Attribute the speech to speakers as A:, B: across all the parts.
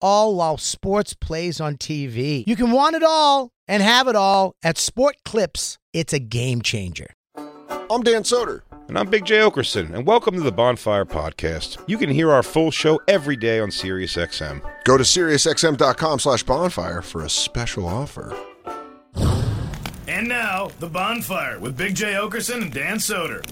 A: all while sports plays on TV. You can want it all and have it all at Sport Clips. It's a game changer.
B: I'm Dan Soder.
C: And I'm Big J. Okerson, and welcome to the Bonfire Podcast. You can hear our full show every day on SiriusXM.
B: Go to SiriusXM.com slash bonfire for a special offer.
D: And now, The Bonfire with Big J. Okerson and Dan Soder.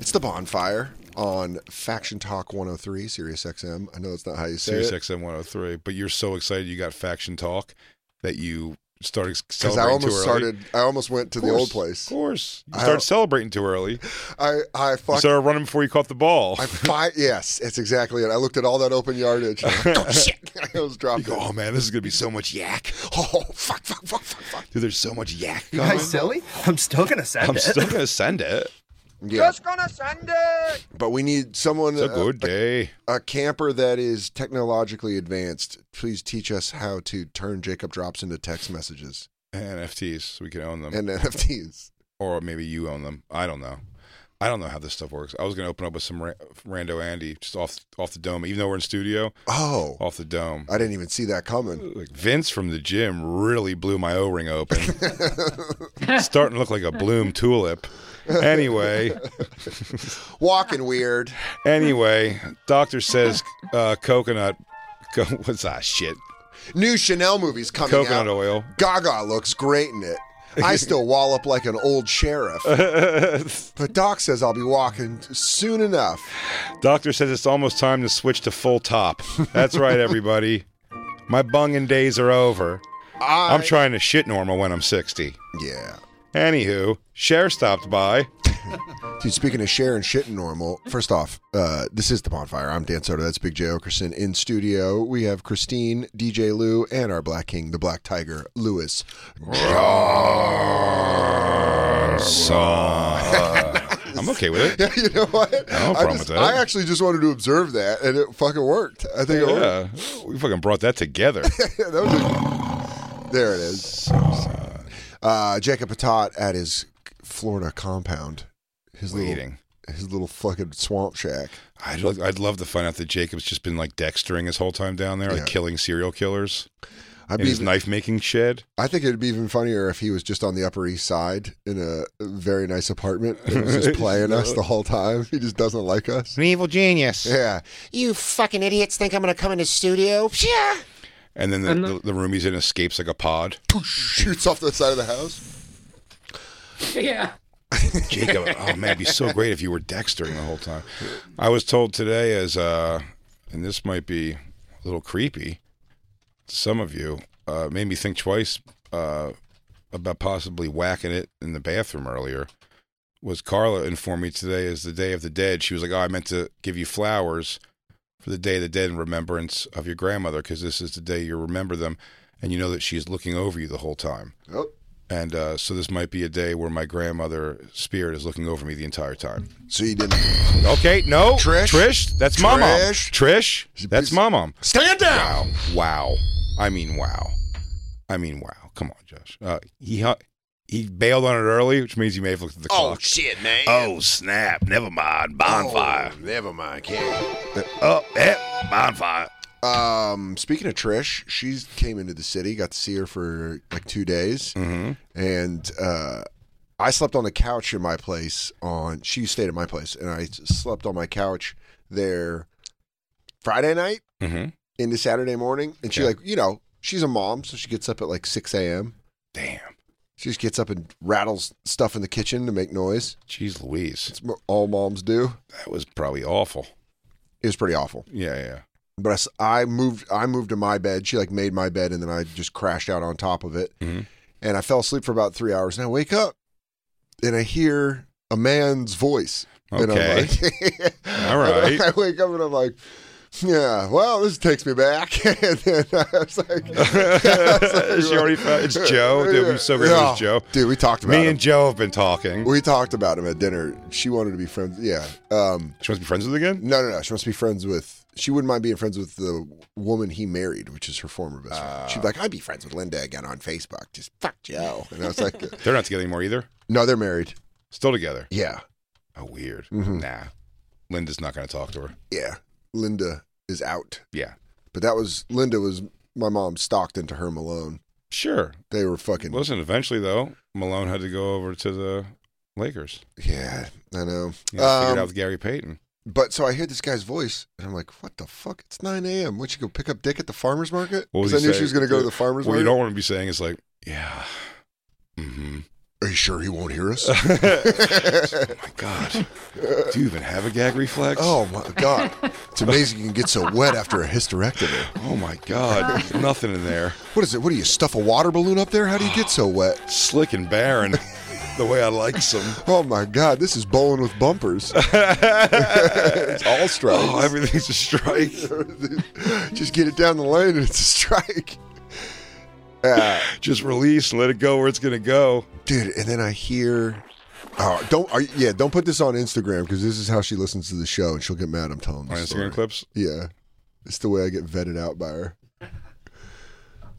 B: It's the bonfire on Faction Talk 103, SiriusXM. I know that's not how you say
C: Sirius
B: it.
C: XM 103. But you're so excited you got Faction Talk that you started
B: Because I
C: celebrating too
B: almost
C: early.
B: started, I almost went to
C: Of
B: the old
C: course,
B: place.
C: Of course. You
B: I
C: started
B: don't-
C: celebrating too early.
B: I, I
C: You
B: fucked
C: started running before you caught the ball.
B: I fi- yes, that's exactly it. I looked at all that open yardage. and I'm like, oh shit! I was
C: You
B: dropped.
C: go, oh man, this is going to be so much yak.
B: Oh fuck! Fuck! Fuck! Fuck! Fuck!
C: Dude, there's so much yak.
E: You
C: coming.
E: guys silly? I'm still gonna send
C: I'm
E: it.
C: still going to send it.
B: Yeah. Just gonna send it. But we need someone,
C: It's a
B: uh,
C: good day.
B: a camper that is technologically advanced. Please teach us how to turn Jacob drops into text messages
C: NFTs, so we can own them.
B: and NFTs.
C: or maybe you own them. I don't know. I don't know how this stuff works. I was going to open up with some ra- rando Andy just off off the dome, even though we're in studio,
B: Oh,
C: off the dome.
B: I didn't even see that coming.
C: Like Vince from the gym really blew my O ring open, starting to look like a bloom tulip. Anyway,
B: Walking weird.
C: anyway, doctor says uh, coconut. Co- what's that shit?
B: New Chanel movies coming out.
C: Coconut oil.
B: Gaga looks great in it. I still wallop like an old sheriff. but Doc says I'll be walking soon enough.
C: Doctor says it's almost time to switch to full top. That's right, everybody. My bunging days are over.
B: I-
C: I'm trying to shit normal when I'm 60.
B: Yeah.
C: Anywho, Cher stopped by.
B: Dude, speaking of Cher and shit and normal, first off, uh, this is The Bonfire. I'm Dan Soto. That's Big J. Okerson. In studio, we have Christine, DJ Lou, and our Black King, the Black Tiger, Lewis.
C: So I'm okay with it.
B: you know what?
C: have a problem
B: just-
C: with that.
B: I actually just wanted to observe that, and it fucking worked. I think it worked.
C: Yeah, we fucking brought that together.
B: Yeah, that was a- there it is. Uh, Jacob Patat at his Florida compound, his little,
C: Waiting.
B: his little fucking swamp shack.
C: I'd, lo- I'd love to find out that Jacob's just been like dextering his whole time down there,
B: Yeah.
C: like killing serial killers
B: I'd
C: in
B: be
C: his knife making shed.
B: I think it'd be even funnier if he was just on the Upper East Side in a very nice apartment and was just playing us the whole time. He just doesn't like us.
C: An evil genius.
B: Yeah.
F: You fucking idiots think I'm gonna come in the studio? Yeah.
C: And then the, the, the room he's in escapes like a pod.
B: Shoots off the side of the house.
C: Jacob, oh man, it'd be so great if you were dextering the whole time. I was told today, as uh, and this might be a little creepy to some of you, uh, made me think twice uh, about possibly whacking it in the bathroom earlier. Was Carla informed me today is the Day of the Dead? She was like, "Oh, I meant to give you flowers for the Day of the Dead in remembrance of your grandmother because this is the day you remember them, and you know that she's looking over you the whole time."
B: Oh.
C: And uh, so this might be a day where my grandmother spirit is looking over me the entire time.
B: So you didn't.
C: Okay, no,
B: Trish?
C: Trish, that's my mom.
B: Trish?
C: Trish, that's my mom.
B: Stand down!
C: Wow, wow. I mean, wow. I mean, wow. Come on, Josh. Uh, he hu- he bailed on it early, which means he may have looked at the
F: Oh
C: clock.
F: shit, man.
C: Oh snap! Never mind. Bonfire.
F: Oh, never mind, kid.
C: Oh, eh, bonfire.
B: Um, speaking of Trish, she came into the city, got to see her for like two days.
C: Mm-hmm.
B: and uh, I slept on the couch in my place. On she stayed at my place, and I s- slept on my couch there Friday night
C: Mm-hmm.
B: into Saturday morning, and she
C: Okay.
B: like you know she's a mom, so she gets up at like six a.m.
C: Damn.
B: She just gets up and rattles stuff in the kitchen to make noise.
C: Jeez Louise.
B: It's what all moms do.
C: That was probably awful.
B: It was pretty awful.
C: Yeah, yeah.
B: But I s- I, moved I moved to my bed. She like made my bed, and then I just crashed out on top of it,
C: Mhm.
B: and I fell asleep for about three hours. And I wake up, and I hear a man's voice. And I'm
C: Okay.
B: like,
C: All right.
B: I wake up and I'm like, yeah, well, this takes me back. and then I was like,
C: She already found- it's Joe. Dude, we were so great it was Joe.
B: Dude, we talked about
C: Me
B: him.
C: and Joe have been talking.
B: we talked about him at dinner. She wanted to be friends. Yeah. Um,
C: She wants to be friends with again?
B: no, no, no. She wants to be friends with. She wouldn't mind being friends with the woman he married, which is her former best friend. She'd be
C: Ah.
B: like, I'd be friends with Linda again on Facebook. Just fuck Joe. And I was like,
C: They're not together anymore either.
B: no, they're married.
C: Still together.
B: Yeah.
C: Oh, weird.
B: Mhm.
C: Nah. Linda's not going to talk to her.
B: Yeah. Linda is out.
C: Yeah.
B: But that was, Linda was, my mom stalked into her Malone.
C: Sure.
B: They were fucking.
C: Listen, eventually, though, Malone had to go over to the Lakers.
B: Yeah, I know.
C: You know, figured
B: Um,
C: out with Gary Payton.
B: But so I hear this guy's voice, and I'm like, "What the fuck? It's 9 a.m. What you go pick up dick at the farmers market?
C: What was
B: Because I
C: he
B: knew she
C: saying?
B: was going to go to the farmers
C: What you
B: market.
C: don't want to be saying is like, yeah. Mm-hmm.
B: Are you sure he won't hear us?
C: oh, my God. Do you even have a gag reflex?
B: oh my god, it's amazing you can get so wet after a hysterectomy.
C: Oh, my God. There's nothing in there.
B: What is it? What do you stuff a water balloon up there? How do you get so wet?
C: Slick and barren. the way I like some.
B: Oh my god, this is bowling with bumpers. it's all strikes.
C: Oh, everything's a strike.
B: Just get it down the lane, and it's a strike. Uh,
C: Just release and let it go where it's going to go.
B: dude. And then I hear, oh, don't, are, you- yeah, don't put this on Instagram because this is how she listens to the show, and she'll get mad. I'm telling
C: On
B: this
C: Instagram
B: story.
C: clips.
B: Yeah, it's the way I get vetted out by her.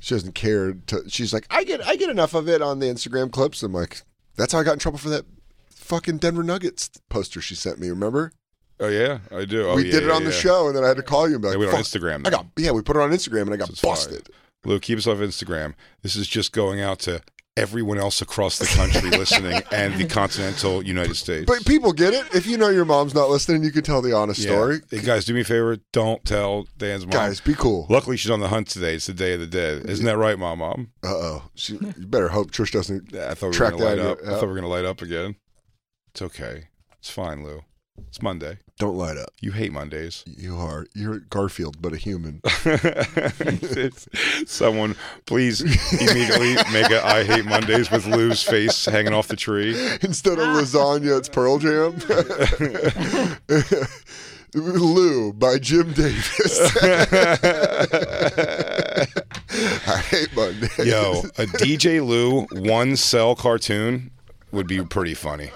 B: She doesn't care. To, she's like, I get, I get enough of it on the Instagram clips. I'm like, that's how I got in trouble for that fucking Denver Nuggets poster she sent me. Remember?
C: Oh, yeah. I do. Oh,
B: we
C: yeah,
B: did it
C: yeah,
B: on the
C: yeah.
B: show, and then I had to call you and be like,
C: Yeah, we went on
B: "Fuck."
C: Instagram,
B: I
C: though.
B: got, yeah, we put it on Instagram, and I
C: So
B: got
C: it's fine.
B: busted.
C: Lou, keep us off Instagram. This is just going out to everyone else across the country listening and the continental United States.
B: But people get it. If you know your mom's not listening, you can tell the honest
C: Yeah.
B: story.
C: Hey, guys, do me a favor. Don't tell Dan's mom.
B: Guys, be cool.
C: Luckily, she's on the hunt today. It's the day of the dead. Isn't that right, Mom? Mom?
B: Uh oh. You better hope Trish doesn't.
C: Yeah, I thought we
B: Track uh,
C: were going
B: that
C: to light up.
B: idea
C: I
B: out.
C: thought we were going to light up again. It's okay. It's fine, Lou. It's Monday.
B: Don't light up.
C: You hate Mondays.
B: You are. You're Garfield, but a human.
C: Someone, please immediately make a I hate Mondays with Lou's face hanging off the tree.
B: Instead of lasagna, it's Pearl Jam. Lou by Jim Davis. I hate Mondays.
C: Yo, a DJ Lou one cell cartoon would be pretty funny.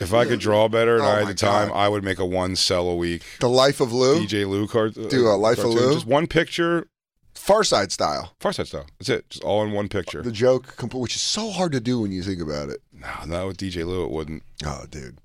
C: If I could draw better and
B: Oh
C: I
B: my
C: had the time,
B: God.
C: I would make a one cell a week
B: The Life of Lou,
C: DJ Lou cart-
B: Do a Life of
C: cartoon.
B: Lou?
C: Just one picture,
B: Far Side style.
C: Far Side style. That's it. Just all in one picture.
B: The joke, comp- which is so hard to do when you think about it.
C: No, not with DJ Lou. It wouldn't.
B: Oh, dude.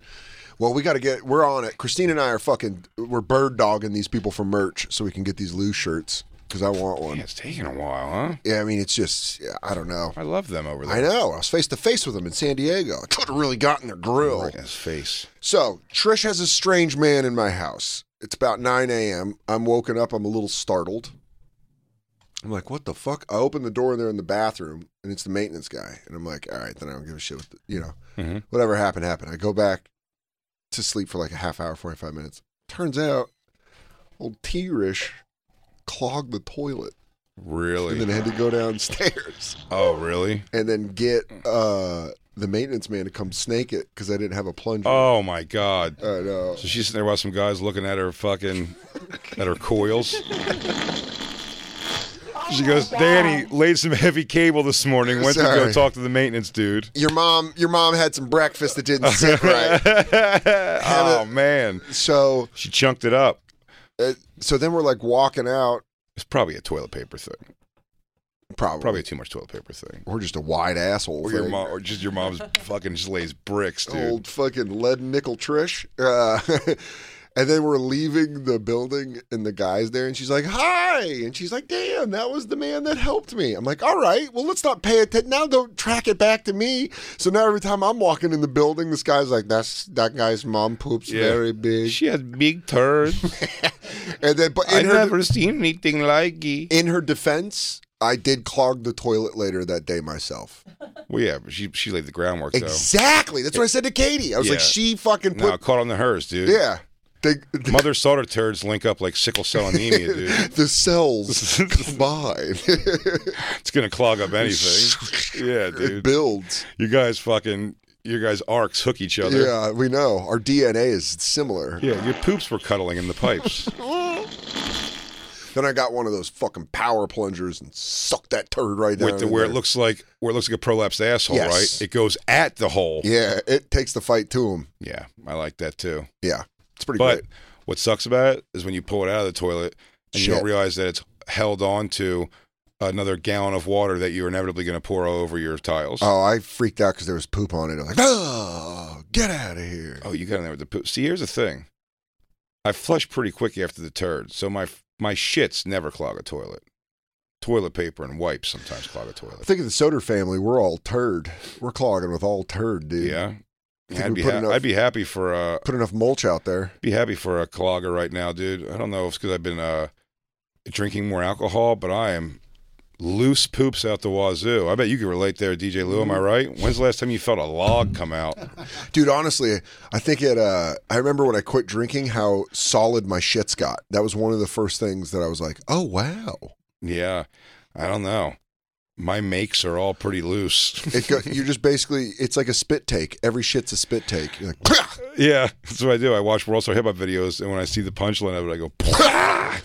B: Well, we got to get. We're on it. Christine and I are fucking. We're bird dogging these people for merch so we can get these Lou shirts because I want
C: Yeah,
B: one.
C: it's taking a while, huh?
B: Yeah, I mean, it's just. yeah, I don't know.
C: I love them over there.
B: I know. I was face to face with them in San Diego. I could have really gotten their grill.
C: Right in his face.
B: So Trish has a strange man in my house. It's about 9 a.m. I'm woken up. I'm a little startled. I'm like, what the fuck? I open the door and they're in the bathroom and it's the maintenance guy. And I'm like, all right, then I don't give a shit. With the, you know,
C: Mhm.
B: whatever happened, happened. I go back to sleep for like a half hour, 45 minutes. Turns out old T-Rish clogged the toilet and then
C: Really?
B: had to go downstairs
C: Oh, really?
B: and then get uh, the maintenance man to come snake it because I didn't have a plunger. uh,
C: Oh my God.
B: I know.
C: So she's sitting there while some guys looking at her fucking at her coils. She goes, Danny laid some heavy cable this morning. Went to go
B: Sorry.
C: talk to the maintenance dude.
B: your mom your mom had some breakfast that didn't sit right
C: oh man,
B: so
C: she chunked it up.
B: uh, so then we're like walking out
C: It's probably a toilet paper thing.
B: probably,
C: Probably too much toilet paper thing.
B: or just a wide asshole
C: Or
B: thing.
C: your mom, or just your mom's fucking just lays bricks, dude.
B: old fucking lead nickel trish uh, And then we're leaving the building, and the guy's there, and she's like, "Hi," and she's like, "Damn, that was the man that helped me." I'm like, "All right, well, let's not pay attention now. Don't track it back to me." So now every time I'm walking in the building, this guy's like, "That's that guy's mom poops very big,"
C: She has big turds.
B: and then but in
C: I
B: her
C: never seen anything like it.
B: in her defense, I did clog the toilet later that day myself.
C: Well, yeah, but she she laid the groundwork though.
B: Exactly. That's what I said to Katie. I was
C: Yeah.
B: like, she fucking
C: No,
B: put.
C: I caught on to hers, dude.
B: yeah. They,
C: Mother daughter turds link up like sickle cell anemia, dude.
B: the cells combine.
C: It's gonna clog up anything. Yeah,
B: it
C: dude.
B: builds.
C: You guys fucking your guys arcs hook each other.
B: Yeah, we know. Our DNA is similar.
C: Yeah, your poops were cuddling in the pipes.
B: Then I got one of those fucking power plungers and sucked that turd right down.
C: with the,
B: in
C: where it
B: there.
C: looks like where it looks like a prolapsed asshole,
B: Yes.
C: right? It goes at the hole.
B: Yeah, it takes the fight to him.
C: Yeah, I like that too.
B: Yeah, it's pretty
C: But
B: great.
C: what sucks about it is when you pull it out of the toilet and you
B: Shit.
C: don't realize that it's held on to another gallon of water that you're inevitably going to pour all over your tiles.
B: Oh, I freaked out because there was poop on it. I was like, oh, get out of here.
C: Oh, you got in there with the poop. See, here's the thing. I flush pretty quick after the turd, so my my shits never clog a toilet. Toilet paper and wipes sometimes clog a toilet.
B: Think of the Soder family. We're all turd. We're clogging with all turd, dude.
C: Yeah,
B: Think
C: I'd
B: we
C: be
B: put
C: ha-
B: enough-
C: I'd be happy for uh
B: Put enough mulch out there.
C: be happy for a clogger right now, dude. I don't know if it's because I've been uh drinking more alcohol, but I am loose poops out the wazoo. I bet you can relate there, DJ Lou. Am
B: Mm-hmm.
C: I right? When's the last time you felt a log come out?
B: Dude, honestly, I think it uh I remember when I quit drinking how solid my shits got. That was one of the first things that I was like, "Oh wow."
C: Yeah, I don't know. My makes are all pretty loose.
B: It go, you're just basically it's like a spit take. Every shit's a spit take. You're like, "Pah!"
C: Yeah, that's what I do. I watch World Star Hip Hop videos, and when I see the punchline of it, I go. "Pah!"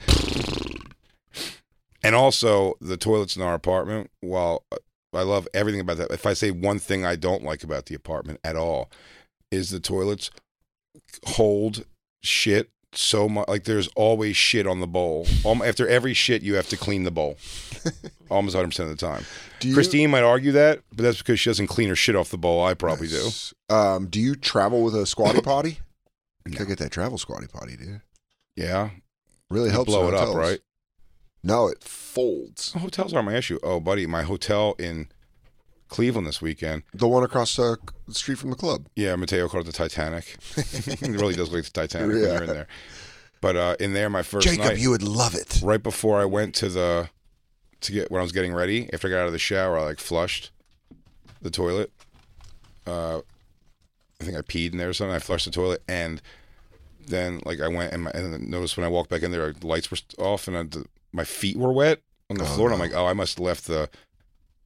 C: and also, the toilets in our apartment. While uh, I love everything about that, if I say one thing I don't like about the apartment at all, is the toilets hold shit so much. Like there's always shit on the bowl. Um, After every shit, you have to clean the bowl, almost 100 percent of the time.
B: Do you-
C: Christine might argue that, but that's because she doesn't clean her shit off the bowl. I probably do.
B: Um, do you travel with a squatty potty? Gotta get that travel squatty potty, dude.
C: Yeah,
B: Really
C: You
B: helps.
C: blow
B: in
C: it up,
B: hotels.
C: right?
B: No, it folds.
C: Hotels aren't my issue. Oh, buddy, my hotel in Cleveland this weekend.
B: The one across uh, the street from the club.
C: Yeah, Mateo called it the Titanic. it really does look like the Titanic when
B: Yeah.
C: you're in there. But uh, in there, my first
B: Jacob,
C: night,
B: you would love it.
C: right before I went to the to get when I was getting ready, after I got out of the shower, I like flushed the toilet. Uh, I think I peed in there or something. I flushed the toilet, and then like I went and, my, and then noticed when I walked back in there, like, the lights were off, and I, d- my feet were wet on the
B: Oh,
C: floor. And I'm
B: no.
C: like, oh, I must have left the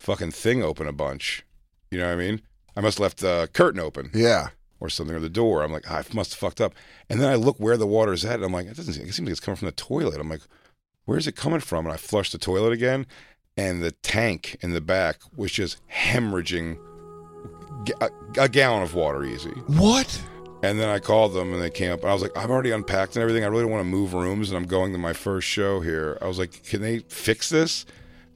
C: fucking thing open a bunch. You know what I mean? I must have left the curtain open
B: Yeah.
C: or something or the door. I'm like, "Ah, I must have fucked up. And then I look where the water's at, and I'm like, it doesn't. Seem, it seems like it's coming from the toilet. I'm like, where's it coming from? And I flush the toilet again, and the tank in the back was just hemorrhaging ga- a, a gallon of water easy.
B: What?
C: And then I called them, and they came up, and I was like, I've already unpacked and everything. I really don't want to move rooms, and I'm going to my first show here. I was like, can they fix this?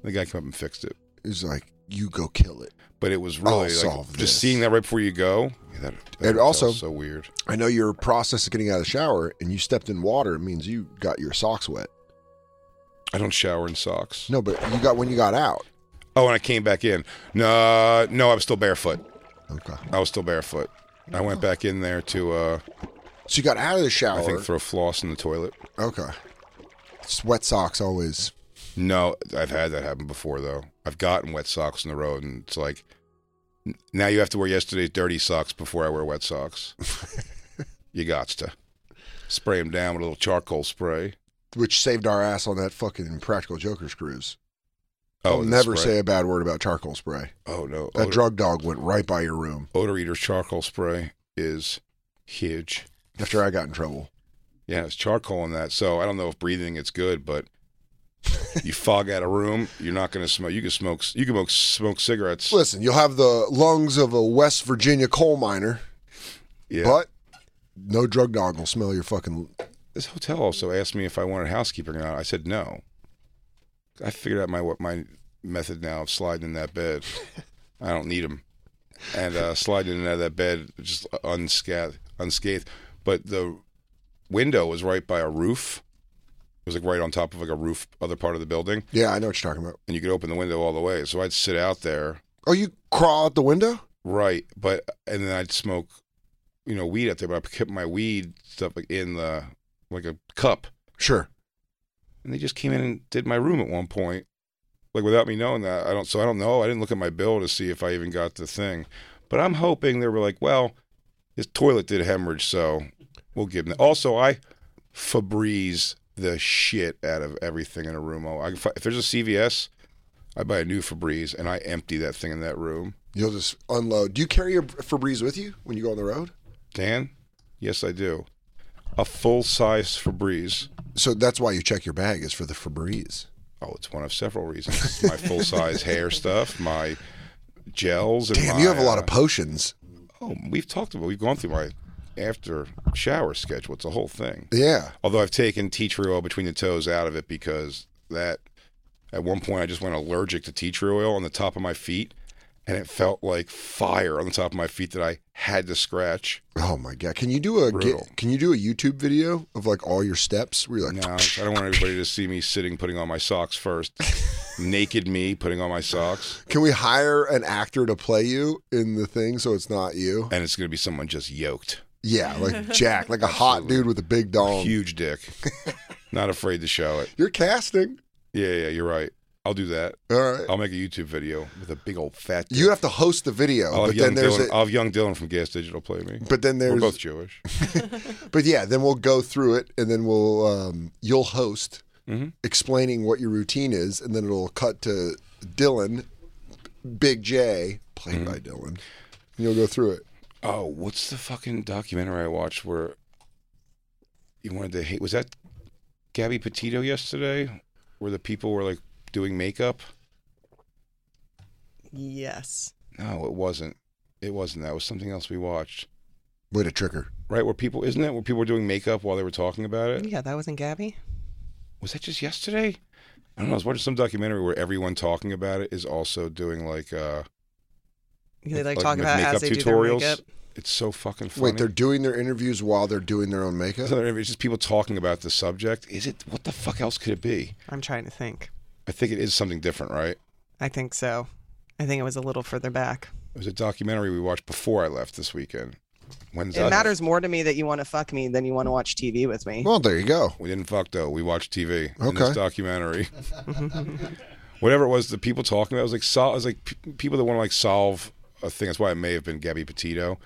C: And the guy came up and fixed it.
B: It's like you go kill it.
C: But it was
B: I'll
C: really like,
B: solve
C: just
B: this.
C: seeing that right before you go. Yeah, that, that
B: And also-
C: hotel's so weird.
B: I know your process of getting out of the shower and you stepped in water it means you got your socks wet.
C: I don't shower in socks.
B: No, but you got when you got out.
C: Oh, and I came back in. No, no, I was still barefoot.
B: Okay.
C: I was still barefoot. I went back in there to, uh,
B: So you got out of the shower.
C: I think, throw floss in the toilet.
B: okay. Sweat socks always.
C: No, I've had that happen before though. I've gotten wet socks in the road, and it's like n- now you have to wear yesterday's dirty socks before I wear wet socks. you got to spray them down with a little charcoal spray.
B: Which saved our ass on that fucking Practical Jokers cruise.
C: Oh,
B: I'll
C: the
B: never
C: spray.
B: say a bad word about charcoal spray.
C: Oh no,
B: That
C: odor,
B: drug dog went right by your room
C: odor eater charcoal spray is huge.
B: after I got in trouble.
C: Yeah, it's charcoal in that. So I don't know if breathing it's good, but you fog out a room, you're not going to smoke. You can smoke. You can smoke smoke cigarettes.
B: Listen, you'll have the lungs of a West Virginia coal miner,
C: yeah.
B: but no drug dog will smell your fucking.
C: this hotel also asked me if I wanted housekeeping or not. I said no. I figured out my what my method now of sliding in that bed. I don't need them, and uh, sliding in and out of that bed just unscathed, unscathed. But the window was right by a roof. It was like right on top of like a roof, other part of the building,
B: Yeah, I know what you're talking about.
C: and you could open the window all the way. So I'd sit out there,
B: Oh, you crawl out the window?
C: right, but and then I'd smoke, you know, weed out there. But I kept my weed stuff like, in the like a cup,
B: Sure.
C: and they just came in and did my room at one point, like without me knowing that. I don't, so I don't know. I didn't look at my bill to see if I even got the thing, but I'm hoping they were like, well, his toilet did hemorrhage, so we'll give him. That. Also, I Febreze the shit out of everything in a room. Oh, I, if there's a CVS, I buy a new Febreze and I empty that thing in that room.
B: You'll just unload. Do you carry your Febreze with you when you go on the road?
C: Dan, yes, I do. A full size Febreze.
B: So that's why you check your bag is for the Febreze.
C: Oh, it's one of several reasons. It's my full size hair stuff, my gels. And
B: Damn, you
C: my,
B: have a lot
C: uh,
B: of potions.
C: Oh, we've talked about. We've gone through my after shower schedule. It's a whole thing.
B: Yeah.
C: Although I've taken tea tree oil between the toes out of it because that at one point I just went allergic to tea tree oil on the top of my feet, and it felt like fire on the top of my feet that I had to scratch.
B: Oh my god. Can you do a
C: Brutal.
B: get, can you do a YouTube video of like all your steps where you're like
C: No, I don't want everybody to see me sitting putting on my socks first. Naked me putting on my socks,
B: Can we hire an actor to play you in the thing so it's not you?
C: and it's gonna be someone just yoked,
B: Yeah, like Jack, like a hot dude with a big dong.
C: huge dick, not afraid to show it.
B: You're casting.
C: Yeah, yeah, you're right. I'll do that.
B: All right.
C: I'll make a YouTube video with a big old fat. Dick.
B: Uh, You have to host the video,
C: I'll have,
B: but then
C: young
B: there's
C: Dylan,
B: a,
C: I'll have young Dylan from Gas Digital play me.
B: but then
C: Oh, We're
B: there's
C: both Jewish.
B: but yeah, then we'll go through it and then we'll um, you'll host
C: Mhm.
B: explaining what your routine is and then it'll cut to Dylan Big J
C: Mm-hmm.
B: played by Dylan. And you'll go through it.
C: Oh, what's the fucking documentary I watched where you wanted to hate? Was that Gabby Petito yesterday, where the people were like doing makeup?
G: Yes.
C: No, it wasn't. It wasn't. That It was something else we watched.
B: Way to trick her.
C: Right where people isn't it where people were doing makeup while they were talking about it?
G: Yeah, that wasn't Gabby.
C: Was that just yesterday? I don't know. I was watching some documentary where everyone talking about it is also doing like uh
G: They like,
C: like
G: talk
C: with
G: about
C: makeup
G: as they do their
C: tutorials.
G: makeup.
C: It's so fucking funny.
B: Wait, they're doing their interviews while they're doing their own makeup?
C: it's just people talking about the subject. Is it what the fuck else could it be?
G: I'm trying to think.
C: I think it is something different, right?
G: I think so. I think it was a little further back.
C: It was a documentary we watched before I left this weekend. Wednesday.
G: it matters more to me that you want to fuck me than you want to watch TV with me.
B: Well, there you go.
C: We didn't fuck though. We watched TV. in
B: Okay.
C: this documentary. Whatever it was, the people talking about it was like sol- it was like p- people that want to like solve a thing. That's why it may have been Gabby Petito,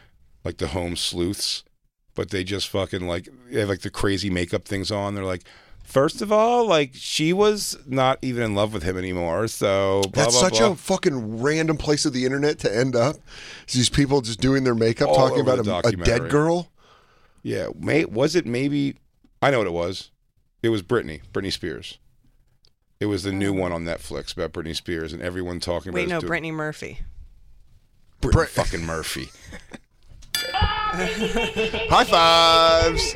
C: like the home sleuths. But they just fucking like they have like the crazy makeup things on. They're like, first of all, like she was not even in love with him anymore. So blah,
B: That's
C: blah,
B: such
C: blah.
B: a fucking random place of the internet to end up. It's these people just doing their makeup,
C: All
B: talking
C: over
B: about
C: the
B: a, a
C: documentary.
B: dead girl.
C: Yeah, may, was it maybe? I know what it was. It was Britney, Britney Spears. It was the new one on Netflix about Britney Spears and everyone talking
G: Oh. Wait,
C: about.
G: no,
C: us doing-
G: Brittany Murphy.
C: Britney fucking Murphy.
B: High fives.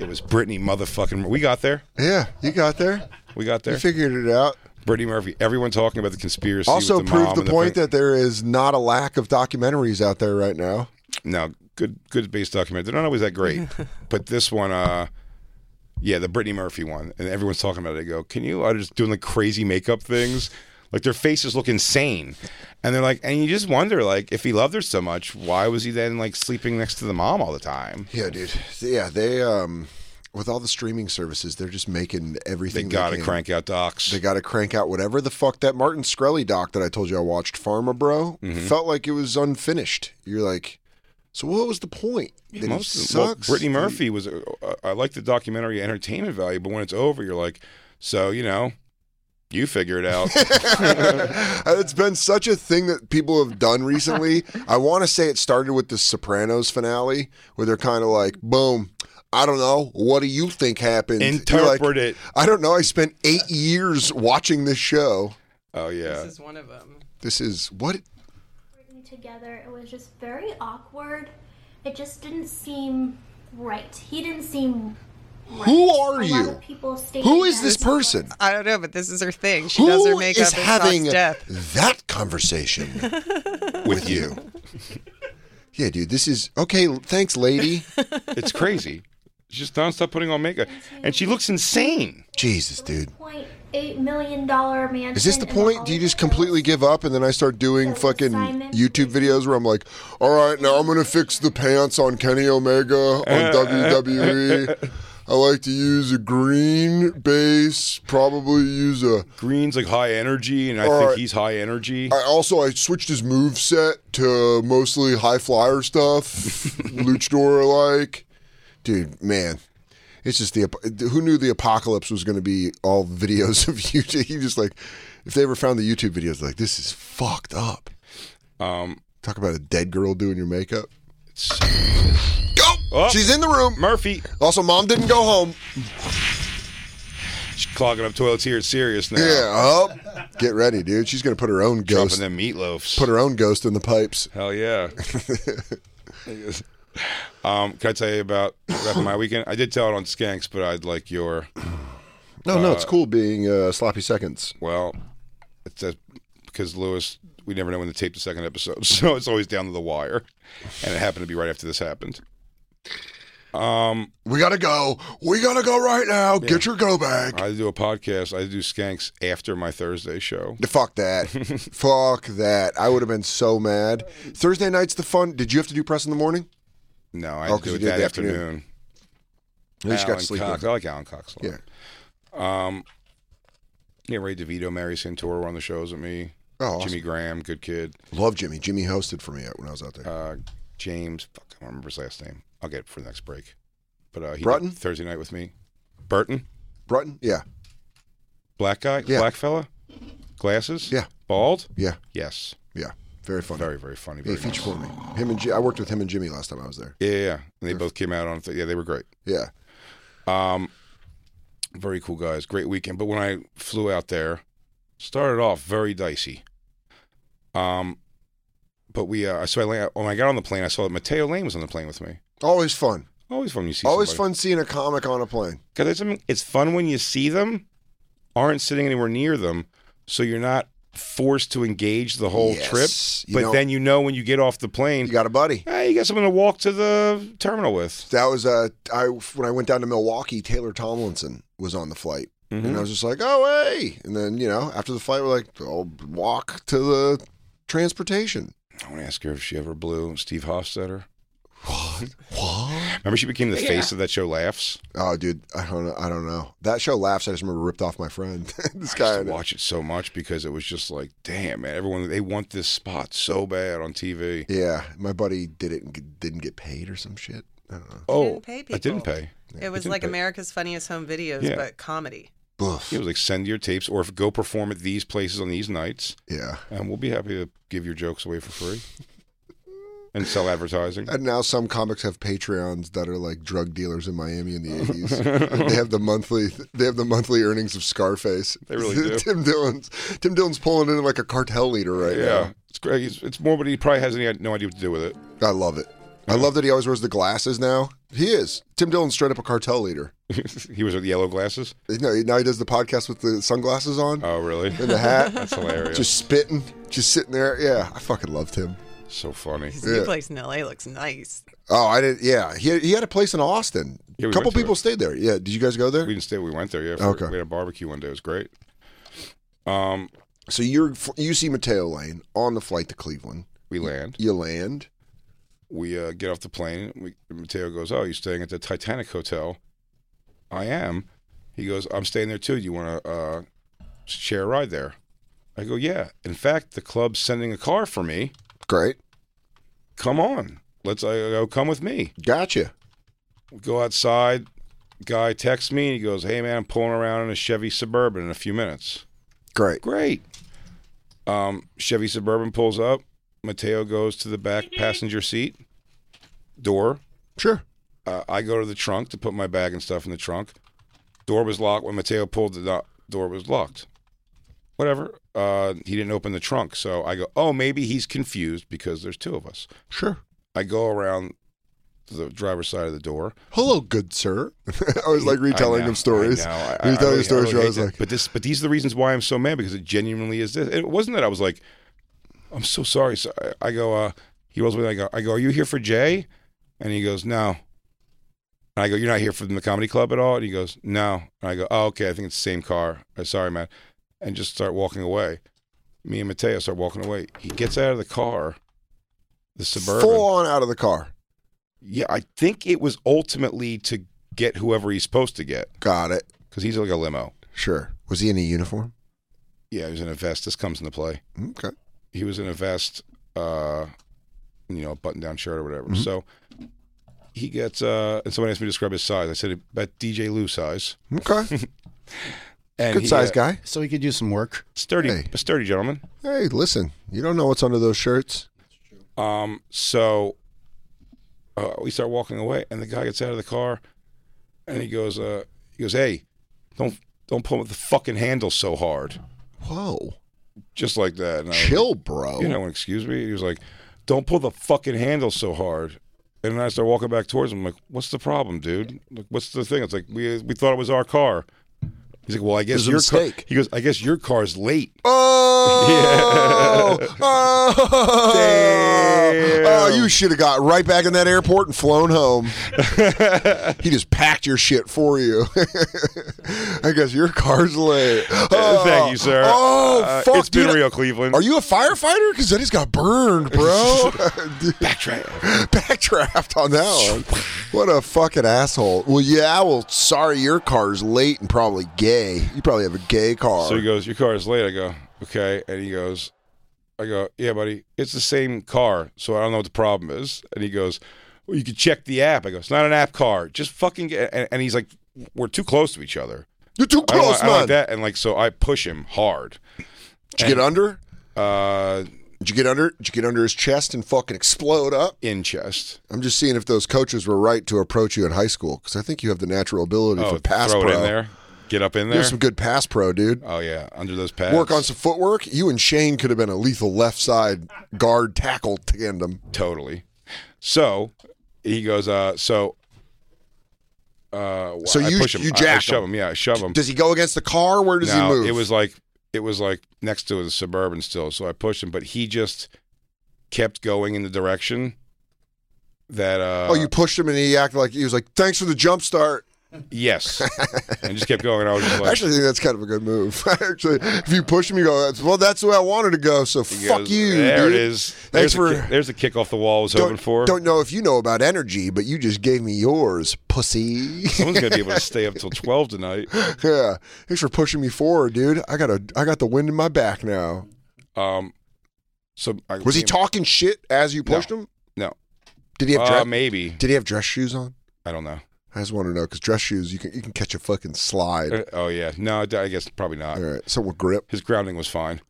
C: It was Britney motherfucking. Mur- We got there.
B: Yeah, you got there.
C: We got
B: You
C: there.
B: figured it out.
C: Brittany Murphy. Everyone talking about the conspiracy.
B: also
C: with the mom
B: proved the
C: and the
B: point
C: thing-
B: that there is not a lack of documentaries out there right now.
C: no good good based document. They're not always that great, but this one, uh, yeah, the Brittany Murphy one, and everyone's talking about it. They go, "Can you?" I just doing like crazy makeup things, like their faces look insane, and they're like, and you just wonder, like, if he loved her so much, why was he then like sleeping next to the mom all the time?
B: Yeah, dude. Yeah, they um with all the streaming services, they're just making
C: They
B: everything
C: gotta
B: can.
C: crank out docs.
B: They got to crank out whatever the fuck that Martin Shkreli doc that I told you I watched, Pharma Bro,
C: Mm-hmm.
B: felt like it was unfinished. You're like, so what was the point? That he
C: Most of them- well,
B: sucks.
C: Brittany Murphy was. uh, uh, I like the documentary entertainment value, but when it's over, you're like, so you know, you figure it out.
B: Uh, it's been such a thing that people have done recently. I want to say it started with the Sopranos finale, where they're kind of like, boom. I don't know. What do you think happened? You're like,
C: Interpret it.
B: I don't know. I spent eight years watching this show.
C: oh
B: Uh,
C: yeah.
G: is one of them.
B: This is what
H: working together. It was just very awkward. It just didn't seem right. He didn't seem. Right.
B: Who are
H: A
B: you?
H: Lot of people stayed
B: Who is this
H: together for-
B: person?
G: I don't know, but this is her thing. She
B: Who is
G: does her makeup and
B: having
G: talks death.
B: that conversation with you? yeah, dude, this is okay. Thanks, lady.
C: It's crazy. She's just nonstop putting on makeup, and she looks insane.
B: Jesus, dude.
H: Point eight million dollar mansion.
B: Is this the
H: in
B: point? Do you just completely give up and then I start doing fucking YouTube videos where I'm like, all right, now I'm going to fix the pants on Kenny Omega on WWE. I like to use a green base, probably use a.
C: Green's like high energy, and I
B: All
C: think
B: right.
C: he's high energy.
B: I also I switched his move set to mostly high flyer stuff, luchador like. Dude, man, it's just the ap- who knew the apocalypse was going to be all videos of YouTube. He just like if they ever found the YouTube videos, like this is fucked up.
C: Um,
B: Talk about a dead girl doing your makeup. Oh,
C: go. Oh.
B: She's in the room.
C: Murphy.
B: Also, mom didn't go home.
C: She's clogging up toilets here. It's serious now.
B: Yeah, up. Get ready, dude. She's going to put her own
C: Dropping
B: ghost.
C: them meatloafs.
B: Put her own ghost in the pipes.
C: Hell yeah. um, can I tell you about wrapping my weekend? I did tell it on Skanks, but I'd like your
B: No, no, it's cool being uh, sloppy seconds.
C: well. It's a, because Lewis, we never know when to tape the second episode, so it's always down to the wire, and it happened to be right after this happened. Um,
B: We gotta go. We gotta go right now. Get your go bag.
C: I do a podcast. I do Skanks after my Thursday show.
B: Fuck that. Fuck that. I would have been so mad. Thursday night's the fun. Did you have to do press in the morning?
C: No, I
B: Oh,
C: had to
B: 'cause
C: do
B: you
C: it
B: did
C: that
B: the
C: afternoon.
B: afternoon. At least you got
C: Alan
B: to sleep
C: Cox. Oh.
B: in.
C: I like Alan Cox a lot.
B: Yeah.
C: Um, yeah, Ray DeVito, Mary Santora were on the shows with me.
B: Oh, awesome.
C: Jimmy Graham, good kid.
B: Love Jimmy. Jimmy hosted for me when I was out there.
C: Uh, James, fuck, I don't remember his last name. I'll get it for the next break. But uh, he
B: Brutton?
C: did Thursday night with me. Burton,
B: Brutton? Yeah.
C: black guy,
B: Yeah.
C: black fella, glasses,
B: Yeah.
C: bald,
B: Yeah.
C: yes,
B: Yeah. Very funny.
C: very very funny.
B: yeah,
C: Very
B: feature
C: nice.
B: for me. Him and Ji- I worked with him and Jimmy last time I was there.
C: Yeah, yeah, yeah. And they both came out on. Th- yeah, they were great.
B: Yeah.
C: Um, very cool guys. Great weekend. But when I flew out there, started off very dicey. Um, but we uh, so I land, when I got on the plane, I saw that Mateo Lane was on the plane with me.
B: Always fun.
C: Always fun when you see.
B: Always
C: somebody.
B: fun seeing a comic on a plane.
C: Because it's, I mean, it's fun when you see them, aren't sitting anywhere near them, so you're not forced to engage the whole
B: Yes.
C: trip.
B: You
C: But
B: know-
C: then you know when you get off the plane,
B: You got a buddy.
C: hey, you got someone to walk to the terminal with.
B: That was uh, I when I went down to Milwaukee. Taylor Tomlinson was on the flight,
C: Mm-hmm.
B: and I was just like, "Oh, hey!" And then you know, after the flight, we're like, "I'll walk to the transportation."
C: I want to ask her if she ever blew Steve Hofstetter. What? Remember, she became the face of that show, Laughs.
B: Oh, dude, I don't know. I don't know. That show laughs. I just remember ripped off my friend. this
C: I
B: guy.
C: used to watch it so much because it was just like, damn, man, everyone they want this spot so bad on TV.
B: Yeah, my buddy did it and g- didn't get paid or some shit. I don't know.
C: oh,
I: pay
C: I didn't
I: people.
C: pay.
I: It was
C: didn't
I: like
C: pay-
I: America's Funniest Home Videos,
C: Yeah.
I: but comedy.
B: Boof.
C: It Oh. was like send your tapes or if go perform at these places on these nights.
B: Yeah.
C: And we'll be happy to give your jokes away for free and sell advertising.
B: And now some comics have Patreons that are like drug dealers in Miami in the eighties. they have the monthly they have the monthly earnings of Scarface.
C: They really do.
B: Tim Dillon's Tim Dillon's pulling in like a cartel leader right
C: Yeah, it's great. It's, it's more, but he probably has any, no idea what to do with it.
B: now. I love it. I love that he always wears the glasses now. He is. Tim Dillon's straight up a cartel leader.
C: he was with yellow glasses.
B: You know, now he does the podcast with the sunglasses on
C: Oh, really?
B: and the hat.
C: That's hilarious.
B: Just spitting. Just sitting there. Yeah. I fucking loved him.
C: so funny.
I: His
B: Yeah.
I: new place in LA looks nice.
B: Oh, I didn't yeah. He he had a place in Austin.
C: Yeah, we
B: a couple
C: went to
B: people
C: it.
B: stayed there. Yeah. Did you guys go there?
C: We didn't stay. We went there. Yeah. for-
B: Okay.
C: We had a barbecue one day. It was great. Um,
B: So you're you see Mateo Lane on the flight to Cleveland.
C: we land.
B: You land.
C: we uh, get off the plane. We, Mateo goes, "Oh, you're staying at the Titanic Hotel." I am. He goes, "I'm staying there too. Do you want to uh, share a ride there?" I go, "Yeah." In fact, the club's sending a car for me.
B: Great.
C: Come on, let's. I go, "Come with me."
B: Gotcha.
C: We go outside. Guy texts me and he goes, "Hey man, I'm pulling around in a Chevy Suburban in a few minutes."
B: Great.
C: Great. Um, Chevy Suburban pulls up. Mateo goes to the back passenger seat door.
B: Sure.
C: uh, I go to the trunk to put my bag and stuff in the trunk. Door was locked. When Mateo pulled the do- door, was locked. Whatever. Uh, he didn't open the trunk, so I go, oh, maybe he's confused because there's two of us.
B: Sure.
C: I go around to the driver's side of the door.
B: Hello, good sir. I was like retelling
C: I know,
B: him stories.
C: I know. I- I-
B: retelling
C: I really-
B: him stories.
C: I
B: where
C: really
B: I was
C: hate
B: like,
C: that. but this, but these are the reasons why I'm so mad because it genuinely is this. It wasn't that I was like, I'm so sorry. So I, I go, uh, he rolls with. me, I go, I go, are you here for Jay? And he goes, no. And I go, "You're not here from the comedy club at all?" And he goes, "No." And I go, "Oh, okay. I think it's the same car. Uh, sorry, man." And just start walking away. Me and Mateo start walking away. He gets out of the car, the suburban,
B: Full on out of the car.
C: Yeah, I think it was ultimately to get whoever he's supposed to get
B: Got it.
C: because he's like a limo.
B: Sure. Was he in a uniform?
C: Yeah, he was in a vest. This comes into play.
B: Okay.
C: He was in a vest, uh, you know, button down shirt or whatever.
B: Mhm.
C: So he gets, uh, and somebody asked me to describe his size. I said about DJ Lou size.
B: Okay.
C: And
B: Good
C: he,
B: size
C: uh,
B: guy.
J: So he could do some work.
C: Sturdy,
B: Hey.
C: a sturdy gentleman.
B: Hey, listen, you don't know what's under those shirts.
C: Um, so uh, we start walking away, and the guy gets out of the car, and he goes, uh, he goes, "Hey, don't don't pull with the fucking handle so hard."
B: Whoa.
C: Just like that. And I was
B: Chill,
C: like,
B: bro.
C: Uh, You know, excuse me. He was like, "Don't pull the fucking handle so hard." And then I start walking back towards him. I'm like, "What's the problem, dude? Like, what's the thing?" It's like we we thought it was our car. He's like, "Well, I guess
B: It
C: your
B: was a
C: car."
B: mistake.
C: He goes, "I guess your car's late."
B: Oh,
C: Yeah.
B: oh,
C: Damn.
B: oh, you should have got right back in that airport and flown home. he just packed your shit for you. I guess your car's late. Oh,
C: Thank you, sir.
B: Oh,
C: Uh,
B: fuck,
C: it's been
B: dude.
C: real, Cleveland.
B: Are you a firefighter? Because I just got burned, bro. Dude,
C: Backtrack.
B: Backdraft on that one. What a fucking asshole. Well, yeah, well, sorry, your car's late and probably gay. You probably have a gay car.
C: So he goes, "Your car is late." I go, "Okay," and he goes, "I go, yeah, buddy, it's the same car, so I don't know what the problem is." And he goes, "Well, you could check the app." I go, "It's not an app car, just fucking." Get, and, and he's like, "We're too close to each other."
B: You're too
C: I don't
B: close,
C: like- I don't
B: man.
C: like that, and like so, I push him hard.
B: Did you get under?
C: Uh,
B: Did you get under? Did you get under his chest and fucking explode up?
C: in chest.
B: I'm just seeing if those coaches were right to approach you in high school because I think you have the natural ability
C: Oh,
B: for pass
C: throw
B: pro.
C: it in there. Get up in
B: You
C: there.
B: have some good pass pro, dude.
C: oh yeah, under those pads.
B: Work on some footwork. You and Shane could have been a lethal left side guard tackle tandem.
C: totally. So he goes, uh, so. Uh,
B: So
C: I
B: you-
C: push him.
B: you
C: I- I,
B: jack
C: shove
B: him.
C: him. Yeah, I shove him.
B: Does he go against the car? Where does
C: no,
B: he move?
C: It was like it was like next to the suburban still, so I pushed him, but he just kept going in the direction that uh
B: oh, you pushed him and he acted like he was like, "Thanks for the jump start."
C: yes. and just kept going. I was just
B: I
C: like
B: actually think that's kind of a good move. Actually, if you push him, you go, "That's- "Well, that's the way I wanted to go." So
C: he
B: fuck
C: goes,
B: you.
C: There
B: dude."
C: it is.
B: Thanks
C: There's
B: for
C: a kick, there's a kick off the wall I was hoping
B: don't,
C: for.
B: don't know if you know about energy, but you just gave me yours, pussy.
C: Someone's gonna be able to stay up till twelve tonight.
B: yeah, thanks for pushing me forward, dude. I got a, I got the wind in my back now.
C: Um so I,
B: Was he talking shit as you pushed him?
C: No.
B: Did he have
C: Uh,
B: dress?
C: maybe.
B: did he have dress shoes on?
C: I don't know.
B: I just want to know because dress shoes, you can you can catch a fucking slide.
C: Uh, oh yeah. No, I d- I guess probably not.
B: All right, so we'll grip.
C: His grounding was fine.